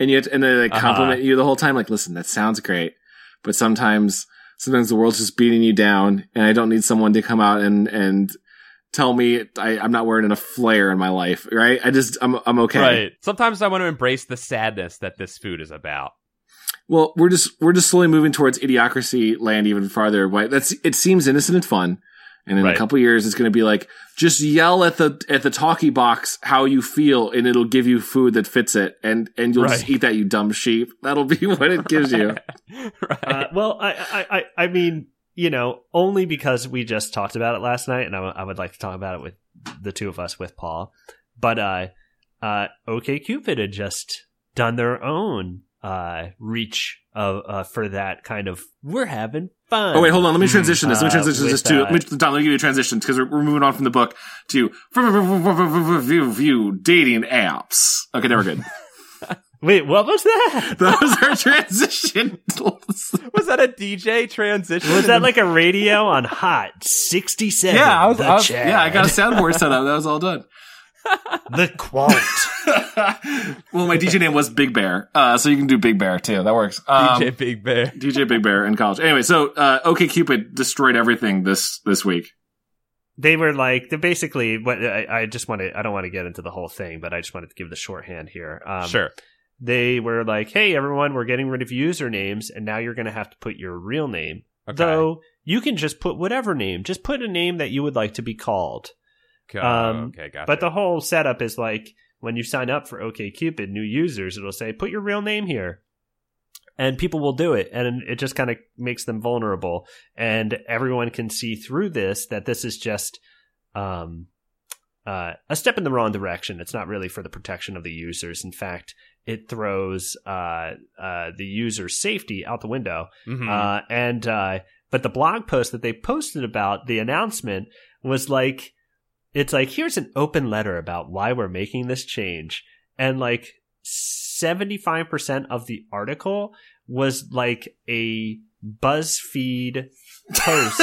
Speaker 2: and yet and then they
Speaker 3: Uh-huh.
Speaker 2: compliment you the whole time like listen that sounds great but sometimes sometimes the world's just beating you down and I don't need someone to come out and and tell me I, I'm not wearing enough flair in my life right I just I'm I'm okay
Speaker 3: Right. Sometimes I want to embrace the sadness that this food is about.
Speaker 2: Well, we're just we're just slowly moving towards idiocracy land even farther away. That's it seems innocent and fun. And in
Speaker 3: Right.
Speaker 2: a couple years it's gonna be like just yell at the at the talkie box how you feel and it'll give you food that fits it and and you'll just
Speaker 3: Right.
Speaker 2: eat that you dumb sheep. That'll be what it gives you.
Speaker 3: right.
Speaker 1: Uh, well, I, I, I, I mean, you know, only because we just talked about it last night, and I, w- I would like to talk about it with the two of us with Paul. But uh, uh, OK Cupid had just done their own uh reach of uh for that kind of we're having fun.
Speaker 2: Oh wait, hold on. Let me
Speaker 3: Mm,
Speaker 2: transition this. Let me
Speaker 1: uh,
Speaker 2: transition this
Speaker 1: with,
Speaker 2: to
Speaker 1: uh,
Speaker 2: let me, Don. Let me give you a transition because we're, we're moving on from the book to view view dating apps. Okay, now we're good.
Speaker 1: wait, what was that?
Speaker 2: That was our transition.
Speaker 3: Was that a DJ transition?
Speaker 1: Was that like a radio on hot sixty seven?
Speaker 2: yeah, I was,
Speaker 1: the
Speaker 2: I was-
Speaker 1: Chad,
Speaker 2: yeah, I got a soundboard set up. That was all done.
Speaker 1: the quant.
Speaker 2: well, my DJ name was Big Bear, uh, so you can do Big Bear too. That works. Um,
Speaker 3: DJ Big Bear?
Speaker 2: DJ Big Bear in college. Anyway, so uh, OK Cupid destroyed everything this this week.
Speaker 1: they were like they basically what I, I just want to I don't want to get into the whole thing, but I just wanted to give the shorthand here. Um,
Speaker 3: sure.
Speaker 1: They were like, "Hey, everyone, we're getting rid of usernames, and now you're going to have to put your real name."
Speaker 3: Okay.
Speaker 1: Though you can just put whatever name, just put a name that you would like to be called.
Speaker 3: Go-
Speaker 1: um,
Speaker 3: okay, gotcha.
Speaker 1: But the whole setup is like when you sign up for OKCupid, new users, it'll say, put your real name here. And people will do it. And it just kind of makes them vulnerable. And everyone can see through this that this is just um, uh, a step in the wrong direction. It's not really for the protection of the users. In fact, it throws uh, uh, the user's safety out the window.
Speaker 2: Hmm.
Speaker 3: Mhm.
Speaker 1: Uh, and uh, but the blog post that they posted about the announcement was like, it's like here's an open letter about why we're making this change, and like seventy five percent of the article was like a BuzzFeed post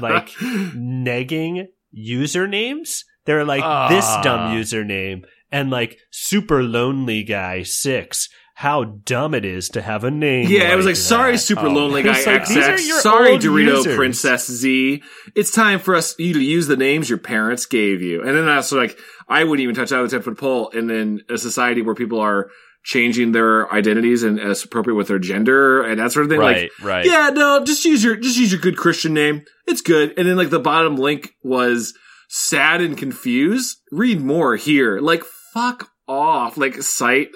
Speaker 1: Like, negging usernames. they were like this
Speaker 3: Ah.
Speaker 1: dumb username and like super lonely guy six. How dumb it is to have a name.
Speaker 2: yeah, it was like
Speaker 1: that.
Speaker 2: sorry, super
Speaker 3: Oh.
Speaker 2: lonely guy
Speaker 1: It's like, these
Speaker 2: XX.
Speaker 1: are your
Speaker 2: sorry,
Speaker 1: old
Speaker 2: Dorito
Speaker 1: users.
Speaker 2: Princess Z. It's time for us you to use the names your parents gave you. And then I also like I wouldn't even touch that with a ten foot pole. And then a society where people are changing their identities and as appropriate with their gender and that sort of thing. Like
Speaker 3: right, right.
Speaker 2: Yeah, no, just use your just use your good Christian name. It's good. And then like the bottom link was sad and confused. Read more here. Like fuck off. Like site.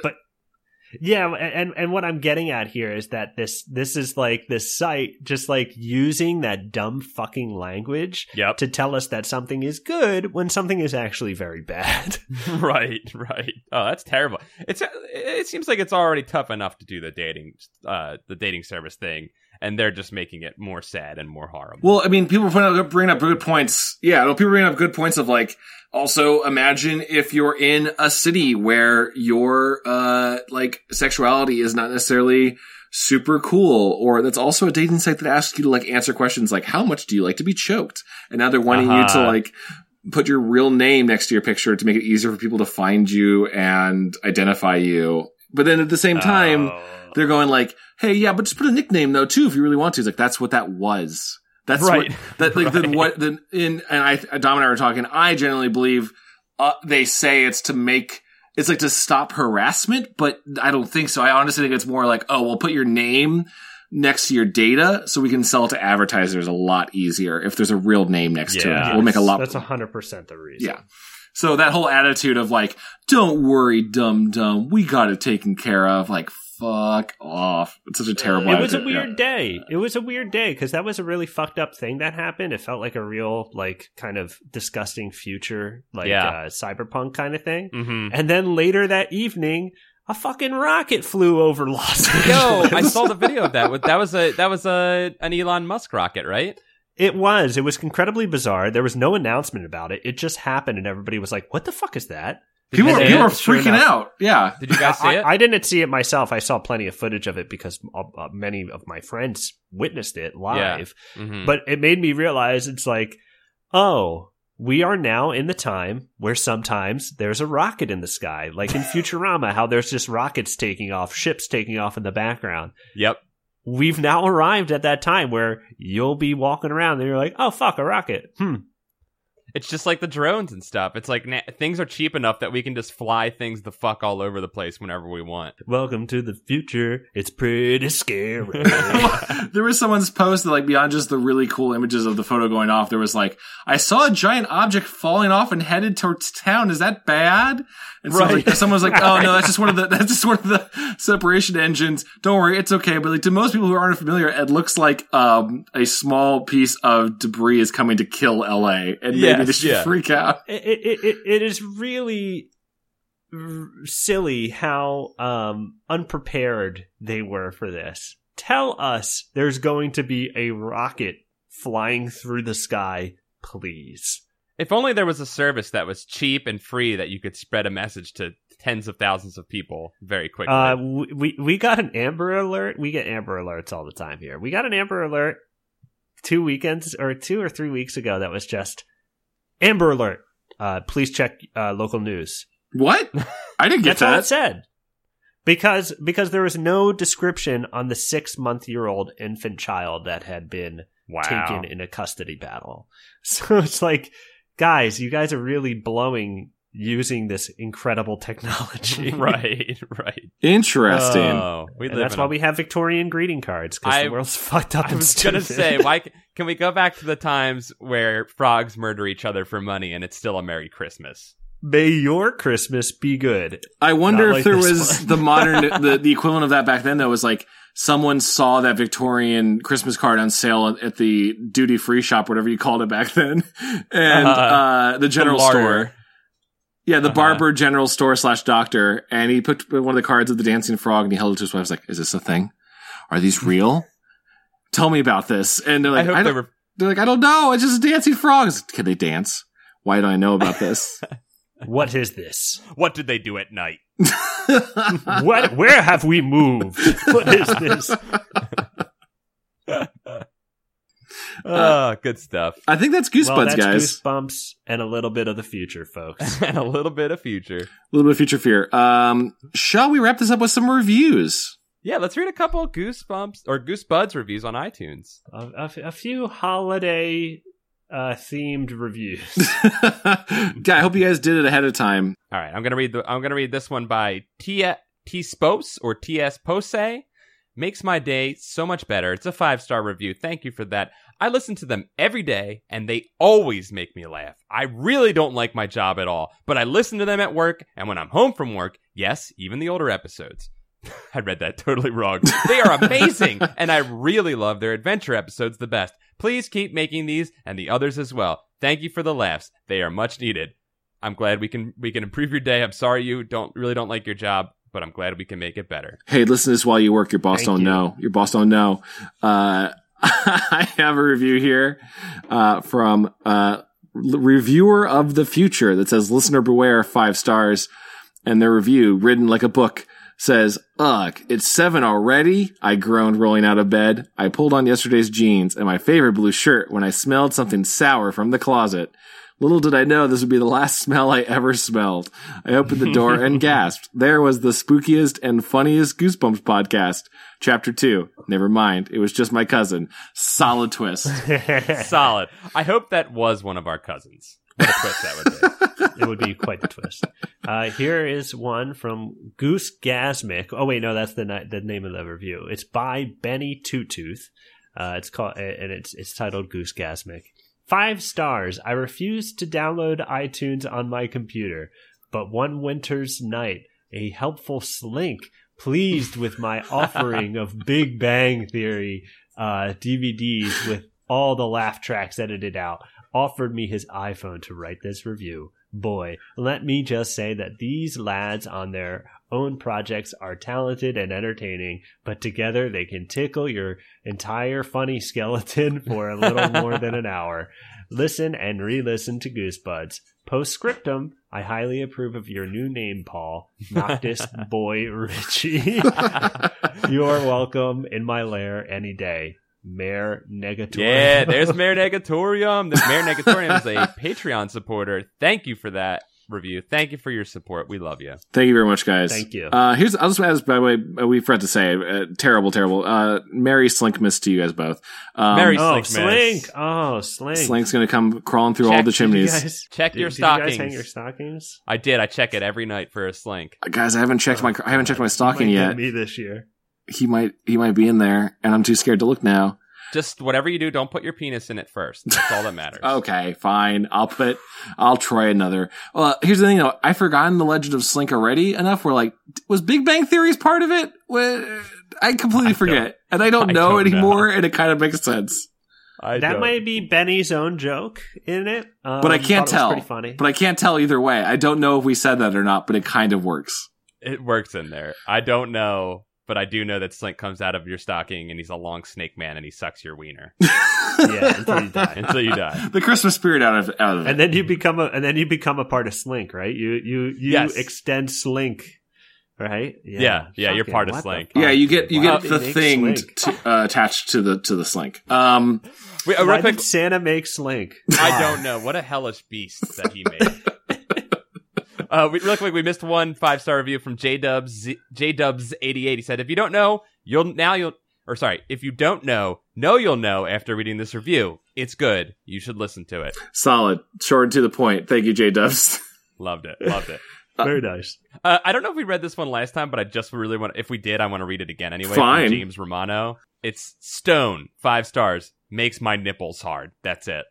Speaker 1: Yeah, and and what I'm getting at here is that this this is like this site just like using that dumb fucking language
Speaker 3: Yep.
Speaker 1: to tell us that something is good when something is actually very bad.
Speaker 3: right, right. Oh, that's terrible. It's it seems like it's already tough enough to do the dating uh the dating service thing and they're just making it more sad and more horrible.
Speaker 2: Well, I mean, people bring up bringing up good points. Yeah, no, people bring up good points of like. Also, imagine if you're in a city where your uh like sexuality is not necessarily super cool, or that's also a dating site that asks you to like answer questions like how much do you like to be choked, and now they're wanting you to
Speaker 3: Uh-huh.
Speaker 2: like put your real name next to your picture to make it easier for people to find you and identify you. But then at the same
Speaker 3: Oh.
Speaker 2: time,
Speaker 1: Oh.
Speaker 2: they're going like, "Hey, yeah, but just put a nickname though too if you really want to." He's like, "That's what that was. That's
Speaker 3: right.
Speaker 2: what that like the
Speaker 3: Right.
Speaker 2: what the in." And I, Dom and I were talking. I generally believe uh, they say it's to make it's like to stop harassment, but I don't think so. I honestly think it's more like, oh, we'll put your name next to your data so we can sell it to advertisers a lot easier if there's a real name next to it. We'll make a lot.
Speaker 1: That's hundred percent the reason.
Speaker 2: yeah. So that whole attitude of like, don't worry, dum dum, we got it taken care of. Like, fuck off. It's such a terrible.
Speaker 1: It was a
Speaker 2: attitude.
Speaker 1: weird day. It was a weird day because that was a really fucked up thing that happened. It felt like a real, like, kind of disgusting future, like
Speaker 3: Yeah.
Speaker 1: uh, cyberpunk kind of thing.
Speaker 3: Mm-hmm.
Speaker 1: And then later that evening, a fucking rocket flew over Los Angeles.
Speaker 3: Yo, I saw the video of that. With- That was a that was a an Elon Musk rocket, right?
Speaker 1: It was. It was incredibly bizarre. There was no announcement about it. It just happened, and everybody was like, "What the fuck is that?"
Speaker 2: People,
Speaker 3: And
Speaker 2: are,
Speaker 3: then-
Speaker 2: people are
Speaker 1: sure
Speaker 2: freaking
Speaker 1: enough-
Speaker 2: out. Yeah.
Speaker 3: Did you guys see
Speaker 1: I,
Speaker 3: it?
Speaker 1: I didn't see it myself. I saw plenty of footage of it because uh, uh, many of my friends witnessed it live.
Speaker 3: Mhm.
Speaker 1: But it made me realize it's like, oh, we are now in the time where sometimes there's a rocket in the sky, like in Futurama, how there's just rockets taking off, ships taking off in the background.
Speaker 3: yep.
Speaker 1: We've now arrived at that time where you'll be walking around and you're like, oh, fuck, a rocket. Hmm.
Speaker 3: It's just like the drones and stuff. It's like na- things are cheap enough that we can just fly things the fuck all over the place whenever we want.
Speaker 1: Welcome to the future. It's pretty scary.
Speaker 2: there was someone's post that like beyond just the really cool images of the photo going off, there was like, I saw a giant object falling off and headed towards town. Is that bad? And someone's
Speaker 1: Right.
Speaker 2: like, someone was like, Oh no, that's just one of the that's just one of the separation engines. Don't worry, it's okay. But like to most people who aren't familiar, it looks like um a small piece of debris is coming to kill LA, and maybe
Speaker 3: Yes,
Speaker 2: they should
Speaker 3: yeah.
Speaker 2: freak out.
Speaker 1: it, it, it, it is really r- silly how um, unprepared they were for this. Tell us there's going to be a rocket flying through the sky, please.
Speaker 3: If only there was a service that was cheap and free that you could spread a message to tens of thousands of people very quickly.
Speaker 1: Uh, we, we we got an Amber Alert. We get Amber Alerts all the time here. We got an Amber Alert two weekends or two or three weeks ago. That was just Amber Alert. Uh, please check uh, local news.
Speaker 2: What? I didn't get
Speaker 1: That's all it
Speaker 2: that.
Speaker 1: said. Because because there was no description on the six month year old infant child that had been
Speaker 3: wow.
Speaker 1: taken in a custody battle. So it's like, guys, you guys are really blowing using this incredible technology.
Speaker 3: right, right.
Speaker 2: Interesting.
Speaker 1: Uh,
Speaker 3: Oh, we
Speaker 1: And
Speaker 3: live
Speaker 1: that's
Speaker 3: in
Speaker 1: why
Speaker 3: a-
Speaker 1: we have Victorian greeting cards because
Speaker 3: I-
Speaker 1: the world's fucked up.
Speaker 3: I
Speaker 1: and
Speaker 3: was gonna
Speaker 1: stupid.
Speaker 3: say, why c- can we go back to the times where frogs murder each other for money and it's still a Merry Christmas?
Speaker 1: may your Christmas be good.
Speaker 2: I
Speaker 1: Not
Speaker 2: wonder if
Speaker 1: like
Speaker 2: there
Speaker 1: this
Speaker 2: was
Speaker 1: one.
Speaker 2: the modern, the, the equivalent of that back then, though, was like someone saw that Victorian Christmas card on sale at the duty free shop, whatever you called it back then, and uh,
Speaker 3: Uh,
Speaker 1: Uh-huh.
Speaker 2: the general
Speaker 3: The
Speaker 2: store.
Speaker 3: larder.
Speaker 2: Yeah, the
Speaker 3: Uh-huh.
Speaker 2: barber general store slash doctor. And he picked one of the cards of the dancing frog and he held it to his wife. He's like, Is this a thing? Are these real? Tell me about this. And they're
Speaker 3: I
Speaker 2: like,
Speaker 3: hope
Speaker 2: I
Speaker 3: they
Speaker 2: don't,
Speaker 3: were.
Speaker 2: they're like, I don't know. It's just a dancing frog. He's like, Can they dance? Why do I know about this?
Speaker 1: What is this?
Speaker 3: What did they do at night?
Speaker 1: What? Where have we moved? What is this?
Speaker 2: Uh,
Speaker 3: oh, good stuff.
Speaker 2: I think that's Goosebumps,
Speaker 1: well, that's
Speaker 2: guys.
Speaker 1: goosebumps and a little bit of the future, folks.
Speaker 3: and a little bit of future.
Speaker 2: A little bit of future fear. Um, shall we wrap this up with some reviews?
Speaker 3: Yeah, let's read a couple of Goosebumps or Goosebuds reviews on iTunes.
Speaker 1: a, a- a few holiday uh, themed reviews.
Speaker 2: yeah, I hope you guys did it ahead of time.
Speaker 3: All right, I'm gonna read the I'm gonna read this one by T T Spose or T S Pose. Makes my day so much better. It's a five star review. Thank you for that. I listen to them every day and they always make me laugh. I really don't like my job at all, but I listen to them at work and when I'm home from work. Yes, even the older episodes. I read that totally wrong. They are amazing and I really love their adventure episodes the best. Please keep making these and the others as well. Thank you for the laughs. They are much needed. I'm glad we can we can improve your day. I'm sorry you don't really don't like your job, but I'm glad we can make it better.
Speaker 2: Hey, listen to this while you work. Your boss
Speaker 1: Thank
Speaker 2: don't
Speaker 1: you.
Speaker 2: know. Your boss don't know. Uh, I have a review here uh, from uh, reviewer of the future that says "Listener beware, five stars," and their review written like a book. Says, ugh, it's seven already. I groaned rolling out of bed. I pulled on yesterday's jeans and my favorite blue shirt when I smelled something sour from the closet. Little did I know this would be the last smell I ever smelled. I opened the door and gasped. There was the spookiest and funniest Goosebumps podcast. Chapter two. Never mind. It was just my cousin. Solid twist.
Speaker 3: Solid. I hope that was one of our cousins. What a twist that would be.
Speaker 1: it would be quite the twist. Uh, here is one from Goose Gasmic. Oh wait, no, that's the ni- the name of the review. It's by Benny Tootooth. Uh, it's called and it's it's titled Goose Gasmic. Five stars. I refused to download iTunes on my computer, but one winter's night, a helpful slink, pleased with my offering of Big Bang Theory uh, DVDs with all the laugh tracks edited out, offered me his iPhone to write this review. Boy, let me just say that these lads on their own projects are talented and entertaining, but together they can tickle your entire funny skeleton for a little more than an hour. Listen and re listen to Goosebuds. Postscriptum, I highly approve of your new name, Paul. Noctis Boy Richie. you are welcome in my lair any day. Mayor Negator.
Speaker 3: Yeah, there's Mayor Negatorium. The Mayor Negatorium is a Patreon supporter. Thank you for that review. Thank you for your support. We love you.
Speaker 2: Thank you very much, guys.
Speaker 1: Thank you.
Speaker 2: Uh, here's I'll just ask by the way uh, we forgot to say uh, terrible, terrible. Uh, Merry Slink Miss to you guys both. Um,
Speaker 3: Merry
Speaker 1: oh,
Speaker 3: Slink Miss.
Speaker 1: Slink. Oh, Slink.
Speaker 2: Slink's gonna come crawling through all
Speaker 3: Check
Speaker 2: the
Speaker 3: you
Speaker 2: chimneys.
Speaker 1: Did you
Speaker 2: Guys.
Speaker 1: guys-
Speaker 3: Check
Speaker 1: did-
Speaker 3: your
Speaker 1: did you guys
Speaker 3: stockings.
Speaker 1: hang your stockings?
Speaker 3: I did. I check it every night for a slink.
Speaker 2: Uh, I haven't checked my I haven't checked my stocking
Speaker 1: Might get
Speaker 2: yet.
Speaker 1: Me this year.
Speaker 2: He might he might be in there, and I'm too scared to look now.
Speaker 3: Just whatever you do, don't put your penis in it first. That's all that matters.
Speaker 2: Okay, fine. I'll put I'll try another. Well, here's the thing though. I've forgotten the Legend of Slink already enough. Where like was Big Bang Theory's part of it? Wha- I completely forget, and I don't
Speaker 3: I
Speaker 2: know
Speaker 3: don't know.
Speaker 2: anymore. And it kind of makes sense,
Speaker 3: I
Speaker 1: that
Speaker 3: don't.
Speaker 1: might be Benny's own joke in it, um,
Speaker 2: But I
Speaker 1: thought it was
Speaker 2: can't tell.
Speaker 1: Pretty funny.
Speaker 2: but I can't tell either way. I don't know if we said that or not, but it kind of works.
Speaker 3: It works in there. I don't know, but I do know that Slink comes out of your stocking and he's a long snake man and he sucks your wiener
Speaker 1: yeah, until you die.
Speaker 3: until you die.
Speaker 2: The Christmas spirit out of out of it.
Speaker 1: And then you become a and then you become a part of Slink, right? You you you
Speaker 3: Yes.
Speaker 1: extend Slink, right?
Speaker 3: Yeah, yeah, you're
Speaker 1: Fucking
Speaker 3: part of
Speaker 1: what the
Speaker 3: Slink.
Speaker 1: fuck,
Speaker 2: yeah, you get you
Speaker 1: dude. Why
Speaker 2: get
Speaker 1: did
Speaker 2: the
Speaker 1: they make
Speaker 2: thing
Speaker 1: Slink?
Speaker 2: t- uh, attached to the to the slink. Um,
Speaker 3: Wait, uh,
Speaker 1: Why
Speaker 3: real quick,
Speaker 1: did Santa make Slink?
Speaker 3: I don't know. What a hellish beast that he made. uh, we, real quick, we missed one five star review from J Dubs J Dubs eighty eight. He said, "If you don't know, you'll now you'll or sorry, if you don't know, know you'll know after reading this review. It's good. You should listen to it.
Speaker 2: solid, short and to the point. Thank you, J Dubs.
Speaker 3: Loved it. Loved it."
Speaker 1: Ah, Very nice.
Speaker 3: Uh, I don't know if we read this one last time, but I just really want. If we did, I want to read it again anyway. from
Speaker 2: Fine.
Speaker 3: James Romano. It's Stone five stars makes my nipples hard. That's it.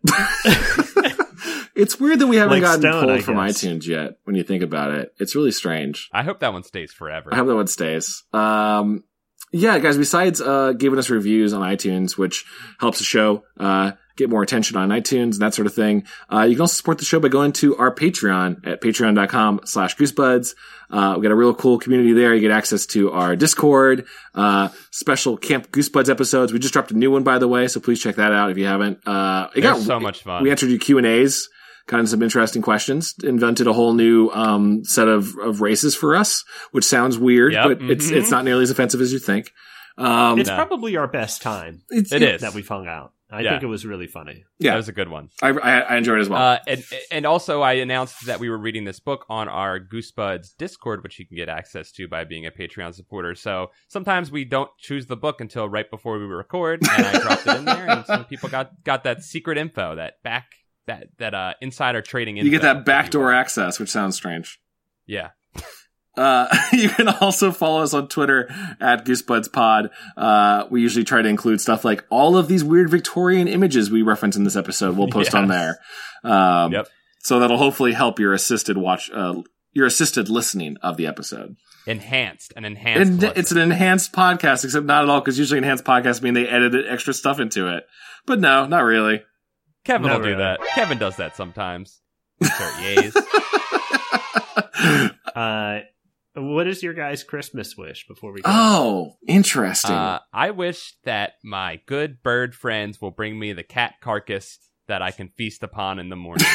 Speaker 2: it's weird that we haven't
Speaker 1: Like
Speaker 2: gotten
Speaker 1: Stone,
Speaker 2: pulled
Speaker 1: I
Speaker 2: from
Speaker 1: guess.
Speaker 2: iTunes yet. When you think about it, it's really strange.
Speaker 3: I hope that one stays forever.
Speaker 2: I hope that one stays. Um, yeah, guys. Besides uh, giving us reviews on iTunes, which helps the show uh, get more attention on iTunes and that sort of thing, uh, you can also support the show by going to our Patreon at patreon.com/slash goosebuds. Uh, we got a real cool community there. You get access to our Discord, uh, special Camp Goosebuds episodes. We just dropped a new one, by the way, so please check that out if you haven't. Uh, it
Speaker 3: They're
Speaker 2: got
Speaker 3: so much fun.
Speaker 2: we answered your Q and A's, gotten some interesting questions, invented a whole new um, set of, of races for us, which sounds weird,
Speaker 3: Yep.
Speaker 2: but it's
Speaker 3: Mhm.
Speaker 2: it's not nearly as offensive as you think. Um,
Speaker 1: It's
Speaker 3: no.
Speaker 1: probably our best time
Speaker 2: it's,
Speaker 3: it is.
Speaker 1: that we've hung out. I
Speaker 3: Yeah.
Speaker 1: think it was really funny.
Speaker 2: yeah.
Speaker 3: That was a good one.
Speaker 2: I, I, I enjoyed it as well.
Speaker 3: Uh, and and also, I announced that we were reading this book on our Goosebuds Discord, which you can get access to by being a Patreon supporter. So sometimes we don't choose the book until right before we record, and I dropped it in there, and some people got got that secret info, that back that that uh, insider trading. Info,
Speaker 2: you get that
Speaker 3: if
Speaker 2: backdoor
Speaker 3: you will.
Speaker 2: access, which sounds strange.
Speaker 3: Yeah,
Speaker 2: Uh, you can also follow us on Twitter at GoosebuddsPod. Uh, we usually try to include stuff like all of these weird Victorian images we reference in this episode. We'll post on
Speaker 3: Yes.
Speaker 2: there. Um,
Speaker 3: Yep.
Speaker 2: So that'll hopefully help your assisted watch, uh, your assisted listening of the episode.
Speaker 3: enhanced an enhanced.
Speaker 2: And
Speaker 3: listen.
Speaker 2: it's an enhanced podcast, except not at all, because usually enhanced podcasts mean they edited extra stuff into it. But no, not really.
Speaker 3: Kevin
Speaker 1: No,
Speaker 3: will do
Speaker 1: really.
Speaker 3: that. Kevin does that sometimes. Insert yays.
Speaker 1: Uh, what is your guys' Christmas wish before we go?
Speaker 2: oh, interesting.
Speaker 3: Uh, I wish that my good bird friends will bring me the cat carcass that I can feast upon in the morning.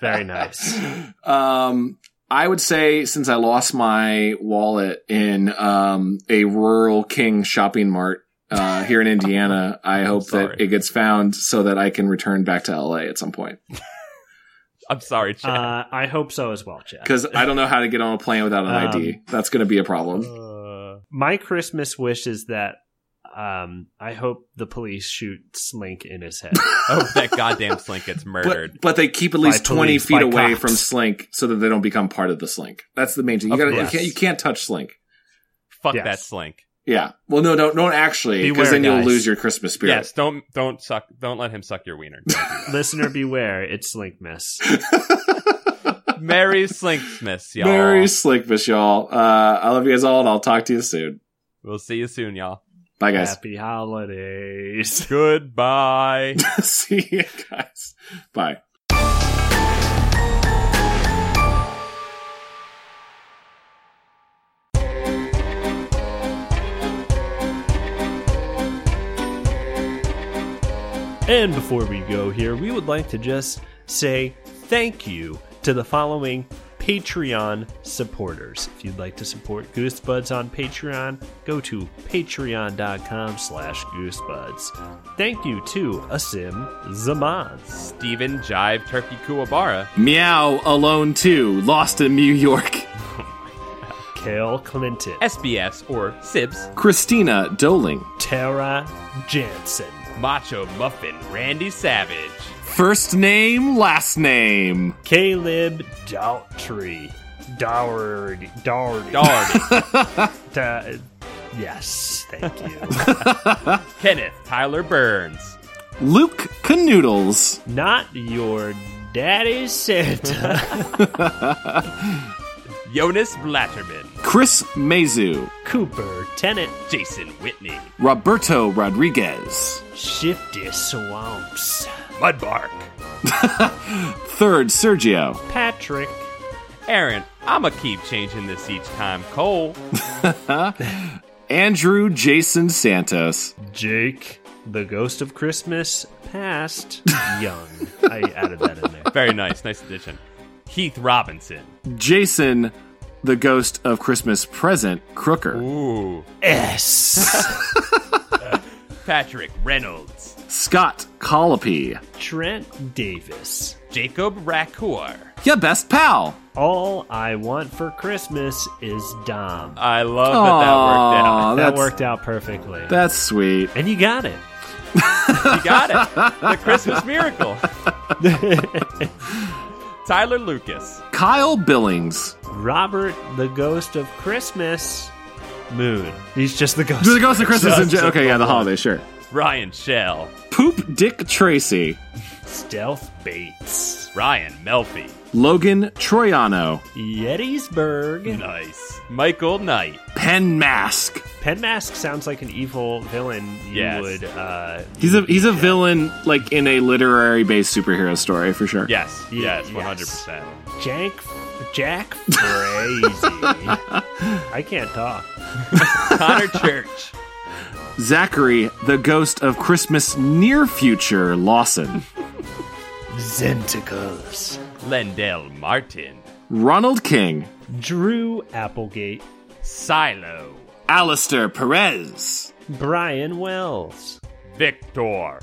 Speaker 1: Very nice.
Speaker 2: Um, I would say since I lost my wallet in um, a rural King shopping mart uh, here in Indiana, I hope
Speaker 3: sorry.
Speaker 2: that it gets found so that I can return back to LA at some point.
Speaker 3: I'm sorry, Chad.
Speaker 1: Uh, I hope so as well, Chad.
Speaker 2: Because I don't know how to get on
Speaker 1: Um,
Speaker 2: a plane without an ID. That's going to be a problem.
Speaker 1: Uh, my Christmas wish is that um, I hope the police shoot Slink in his head.
Speaker 3: Oh, that goddamn Slink gets murdered.
Speaker 2: But, but they keep at least
Speaker 1: By
Speaker 2: twenty
Speaker 1: police,
Speaker 2: feet
Speaker 1: by
Speaker 2: away
Speaker 1: cops.
Speaker 2: from Slink so that they don't become part of the Slink. That's the main thing. You
Speaker 1: Of
Speaker 2: gotta you
Speaker 1: course.
Speaker 2: can't, you can't touch Slink.
Speaker 3: Fuck
Speaker 1: Yes.
Speaker 3: that Slink.
Speaker 2: Yeah. Well, no, don't don't actually because
Speaker 1: Beware,
Speaker 2: then you'll
Speaker 1: guys.
Speaker 2: lose your Christmas spirit.
Speaker 3: Yes, don't don't suck. Don't let him suck your wiener.
Speaker 1: Listener, beware! It's Slink Miss.
Speaker 3: Mary Slinksmiths, y'all.
Speaker 2: Merry Slinkmas, y'all. Uh, I love you guys all, and I'll talk to you soon.
Speaker 3: We'll see you soon, y'all.
Speaker 2: Bye, guys.
Speaker 1: Happy holidays.
Speaker 3: Goodbye.
Speaker 2: See you guys. Bye.
Speaker 1: And before we go here, we would like to just say thank you to the following Patreon supporters. If you'd like to support Goosebuds on Patreon, go to patreon.com slash goosebuds. Thank you to Asim Zaman,
Speaker 3: Steven Jive Turkey Kuwabara.
Speaker 2: Meow alone too. Lost in New York.
Speaker 1: Kale Clinton,
Speaker 3: SBS or Sibs.
Speaker 2: Christina Doling.
Speaker 1: Tara Jansen,
Speaker 3: Macho Muffin Randy Savage.
Speaker 2: First name, last name.
Speaker 1: Caleb Daughtry, Dougherty, Dougherty,
Speaker 3: Darn.
Speaker 1: Da- uh, yes, thank you.
Speaker 3: Kenneth Tyler Burns.
Speaker 2: Luke Canoodles.
Speaker 1: Not your daddy Santa.
Speaker 3: Jonas Blatterman.
Speaker 2: Chris Mazu.
Speaker 1: Cooper Tennant.
Speaker 3: Jason Whitney.
Speaker 2: Roberto Rodriguez.
Speaker 1: Shifty Swamps.
Speaker 3: Mudbark.
Speaker 2: Third, Sergio.
Speaker 1: Patrick.
Speaker 3: Aaron, I'ma keep changing this each time. Cole.
Speaker 2: Andrew Jason Santos.
Speaker 1: Jake. The Ghost of Christmas Past. Young. I added that in there.
Speaker 3: Very nice. Nice addition. Keith Robinson.
Speaker 2: Jason, the ghost of Christmas present, Crooker.
Speaker 3: Ooh.
Speaker 1: S.
Speaker 3: Patrick Reynolds.
Speaker 2: Scott Colopy.
Speaker 1: Trent Davis.
Speaker 3: Jacob Racour.
Speaker 2: Your best pal.
Speaker 1: All I want for Christmas is Dom.
Speaker 3: I love that that worked out.
Speaker 1: that
Speaker 2: Aw, Oh, that's-
Speaker 1: worked out perfectly.
Speaker 2: That's sweet.
Speaker 1: and you got it.
Speaker 3: You got it. The Christmas miracle. Tyler Lucas.
Speaker 2: Kyle Billings.
Speaker 1: Robert, the Ghost of Christmas Moon. He's just the ghost.
Speaker 2: The ghost of Christmas in
Speaker 1: Just
Speaker 2: general. Okay, yeah, the
Speaker 1: one.
Speaker 2: holiday, sure.
Speaker 3: Ryan Shell.
Speaker 2: Poop Dick Tracy.
Speaker 1: Stealth Bates.
Speaker 3: Ryan Melfi.
Speaker 2: Logan Troiano.
Speaker 1: Yettiesburg.
Speaker 2: Mm-hmm.
Speaker 3: Nice. Michael Knight.
Speaker 2: Pen Mask.
Speaker 1: Penmask sounds like an evil villain you
Speaker 3: Yes.
Speaker 1: would uh
Speaker 2: He's a he's a villain like in a literary based superhero story for sure.
Speaker 3: Yes.
Speaker 1: Ye-
Speaker 3: Yes.
Speaker 1: yes.
Speaker 3: 100%.
Speaker 1: Jank Jack Crazy. I can't talk.
Speaker 3: Connor Church.
Speaker 2: Zachary, the ghost of Christmas near future Lawson.
Speaker 1: Zenticles.
Speaker 3: Lendell Martin.
Speaker 2: Ronald King.
Speaker 1: Drew Applegate.
Speaker 3: Silo.
Speaker 2: Alistair Perez.
Speaker 1: Brian Wells.
Speaker 3: Victor.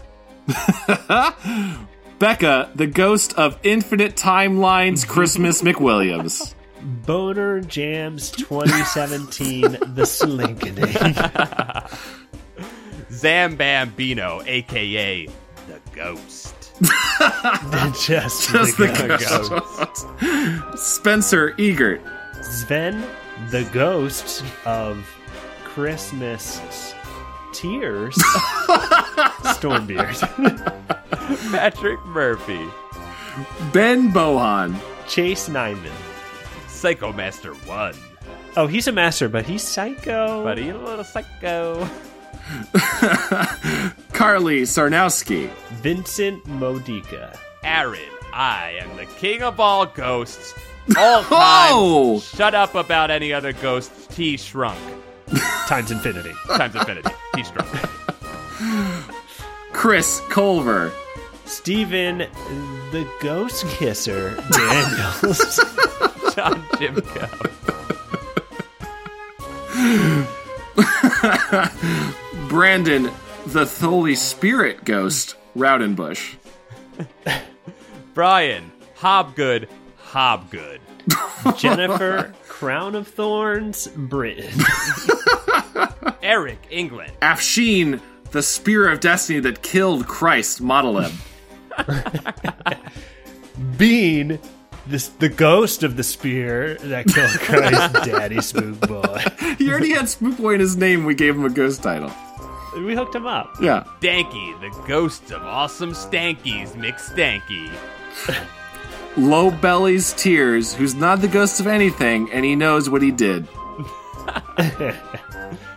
Speaker 2: Becca, the ghost of infinite timelines Christmas McWilliams.
Speaker 1: Boner Jams 2017 The Slinkening.
Speaker 3: Zambambino, a.k.a. The Ghost.
Speaker 1: Just,
Speaker 2: Just
Speaker 1: the,
Speaker 2: the
Speaker 1: ghost.
Speaker 2: ghost. Spencer Egert.
Speaker 1: Sven, the ghost of Christmas tears, Stormbeard,
Speaker 3: Patrick Murphy.
Speaker 2: Ben Bohan.
Speaker 1: Chase Nyman.
Speaker 3: Psychomaster 1.
Speaker 1: Oh, he's a master, but he's psycho.
Speaker 3: Buddy, a little psycho.
Speaker 2: Carly Sarnowski.
Speaker 1: Vincent Modica,
Speaker 3: Aaron, I am the king of all ghosts. All time.
Speaker 2: Oh!
Speaker 3: Shut up about any other ghost. T shrunk.
Speaker 1: times infinity.
Speaker 3: Times infinity. T shrunk.
Speaker 2: Chris Culver.
Speaker 1: Steven, the ghost kisser, Daniels.
Speaker 3: John Jimco.
Speaker 2: Brandon, the Tholi Spirit Ghost, Rowdenbush.
Speaker 3: Brian, Hobgood, Hobgood.
Speaker 1: Jennifer, crown of thorns, Britton.
Speaker 3: Eric England.
Speaker 2: Afshin, the spear of destiny that killed Christ, model him.
Speaker 1: Bean, this, the ghost of the spear that killed Christ, Daddy Spook Boy.
Speaker 2: he already had Spook Boy in his name. We gave him a ghost title.
Speaker 1: We hooked him up.
Speaker 2: Yeah.
Speaker 3: Stanky, the ghost of awesome stankies, Mick Stanky.
Speaker 2: Low Belly's Tears, who's not the ghost of anything, and he knows what he did.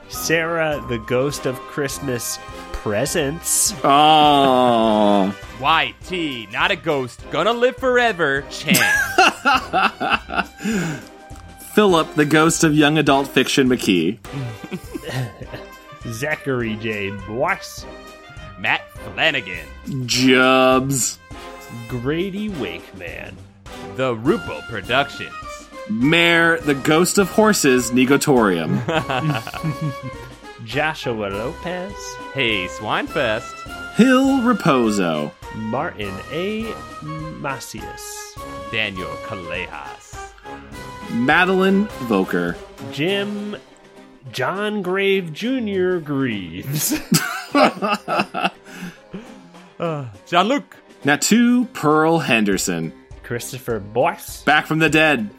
Speaker 1: Sarah, the ghost of Christmas presents.
Speaker 2: Oh.
Speaker 3: YT, not a ghost, gonna live forever, Chan.
Speaker 2: Philip, the ghost of young adult fiction McKee.
Speaker 1: Zachary J. Boyce,
Speaker 3: Matt Flanagan,
Speaker 2: Jubs.
Speaker 1: Grady Wakeman,
Speaker 3: The Rupo Productions,
Speaker 2: Mare, the ghost of horses, Nigotorium.
Speaker 1: Joshua Lopez,
Speaker 3: Hey Swinefest,
Speaker 2: Hill Reposo.
Speaker 1: Martin A. Macias,
Speaker 3: Daniel Kalejas,
Speaker 2: Madeline Voker.
Speaker 1: Jim John Grave Jr. Greaves,
Speaker 3: Jean Luc,
Speaker 2: Natu Pearl Henderson.
Speaker 1: Christopher Boyce,
Speaker 2: Back from the dead.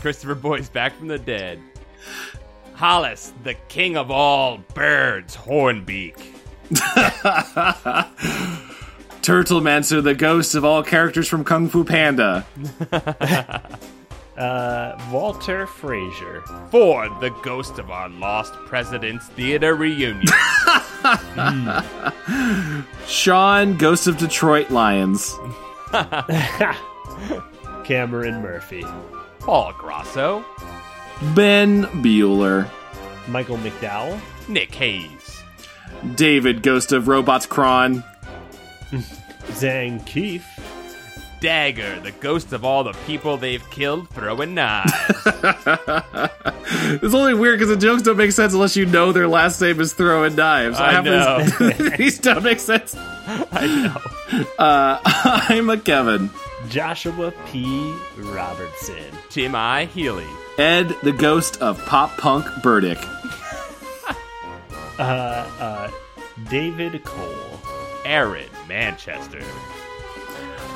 Speaker 3: Christopher Boyce back from the dead, Hollis, the king of all birds, Hornbeak,
Speaker 2: Turtle Mancer, the ghost of all characters from Kung Fu Panda.
Speaker 1: uh, Walter Frazier,
Speaker 3: Ford, the ghost of our lost president's theater reunion,
Speaker 2: Sean, ghost of Detroit Lions.
Speaker 1: Cameron Murphy,
Speaker 3: Paul Grosso,
Speaker 2: Ben Bueller.
Speaker 1: Michael McDowell,
Speaker 3: Nick Hayes,
Speaker 2: David, ghost of Robots Kron.
Speaker 1: Zhang Keefe,
Speaker 3: Dagger, the ghost of all the people they've killed throwing knives.
Speaker 2: It's only weird because the jokes don't make sense unless you know their last name is throwing knives.
Speaker 3: I
Speaker 2: Half of these- these don't make sense. Uh,
Speaker 3: I know.
Speaker 2: I'm a Kevin.
Speaker 1: Joshua P. Robertson,
Speaker 3: Tim I. Healy,
Speaker 2: Ed, the ghost of pop punk Burdick.
Speaker 1: uh, uh, David Cole,
Speaker 3: Aaron Manchester,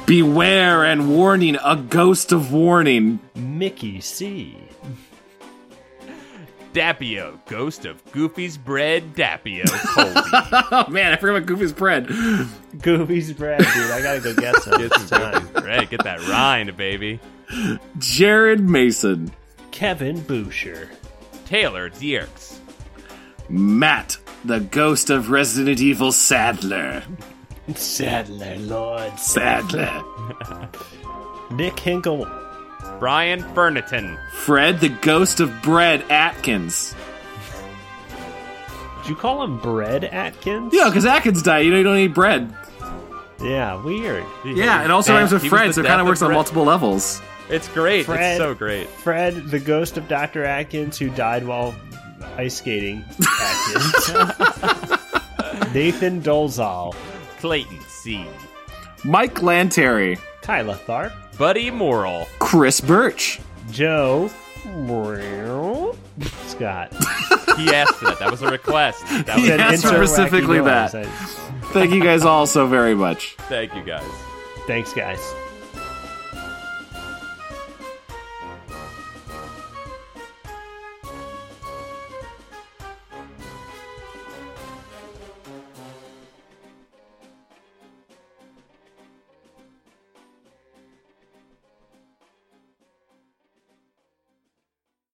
Speaker 2: Beware and warning, a ghost of warning.
Speaker 1: Mickey C.
Speaker 3: Dappio, ghost of Goofy's bread, Dappio Colby.
Speaker 2: Oh man, I forgot about Goofy's bread.
Speaker 1: Goofy's Brad, dude. I gotta go get some. It's time.
Speaker 3: right, get that rind, baby.
Speaker 2: Jared Mason.
Speaker 1: Kevin Boucher,
Speaker 3: Taylor Dierks,
Speaker 2: Matt, the ghost of Resident Evil Sadler.
Speaker 1: Sadler Lords,
Speaker 2: Sadler.
Speaker 1: Nick Hinkle,
Speaker 3: Brian Fernaton,
Speaker 2: Fred, the ghost of Bread Atkins.
Speaker 1: Did you call him Bread Atkins?
Speaker 2: Yeah, because Atkins died. You know, you don't need bread.
Speaker 1: Yeah, weird.
Speaker 2: Yeah, and also
Speaker 3: Yeah,
Speaker 2: rhymes with
Speaker 3: he was
Speaker 2: Fred,
Speaker 3: the
Speaker 2: so it
Speaker 3: death
Speaker 2: kind of
Speaker 3: of
Speaker 2: works on
Speaker 3: Fred.
Speaker 2: multiple levels.
Speaker 3: It's great.
Speaker 1: Fred.
Speaker 3: It's so great.
Speaker 1: Fred, the ghost of Dr. Atkins, who died while ice skating. Atkins. Nathan Dolezal,
Speaker 3: Clayton C.
Speaker 2: Mike Lanteri,
Speaker 1: Kyla Tharp,
Speaker 3: Buddy Morrill,
Speaker 2: Chris Birch,
Speaker 1: Joe. Scott.
Speaker 3: he asked for that. That was a request. That was,
Speaker 2: Yeah. asked
Speaker 1: Insert wacky
Speaker 2: specifically
Speaker 1: noise.
Speaker 2: that.
Speaker 1: I-
Speaker 2: Thank you guys all so very much.
Speaker 3: Thank you guys.
Speaker 1: Thanks, guys.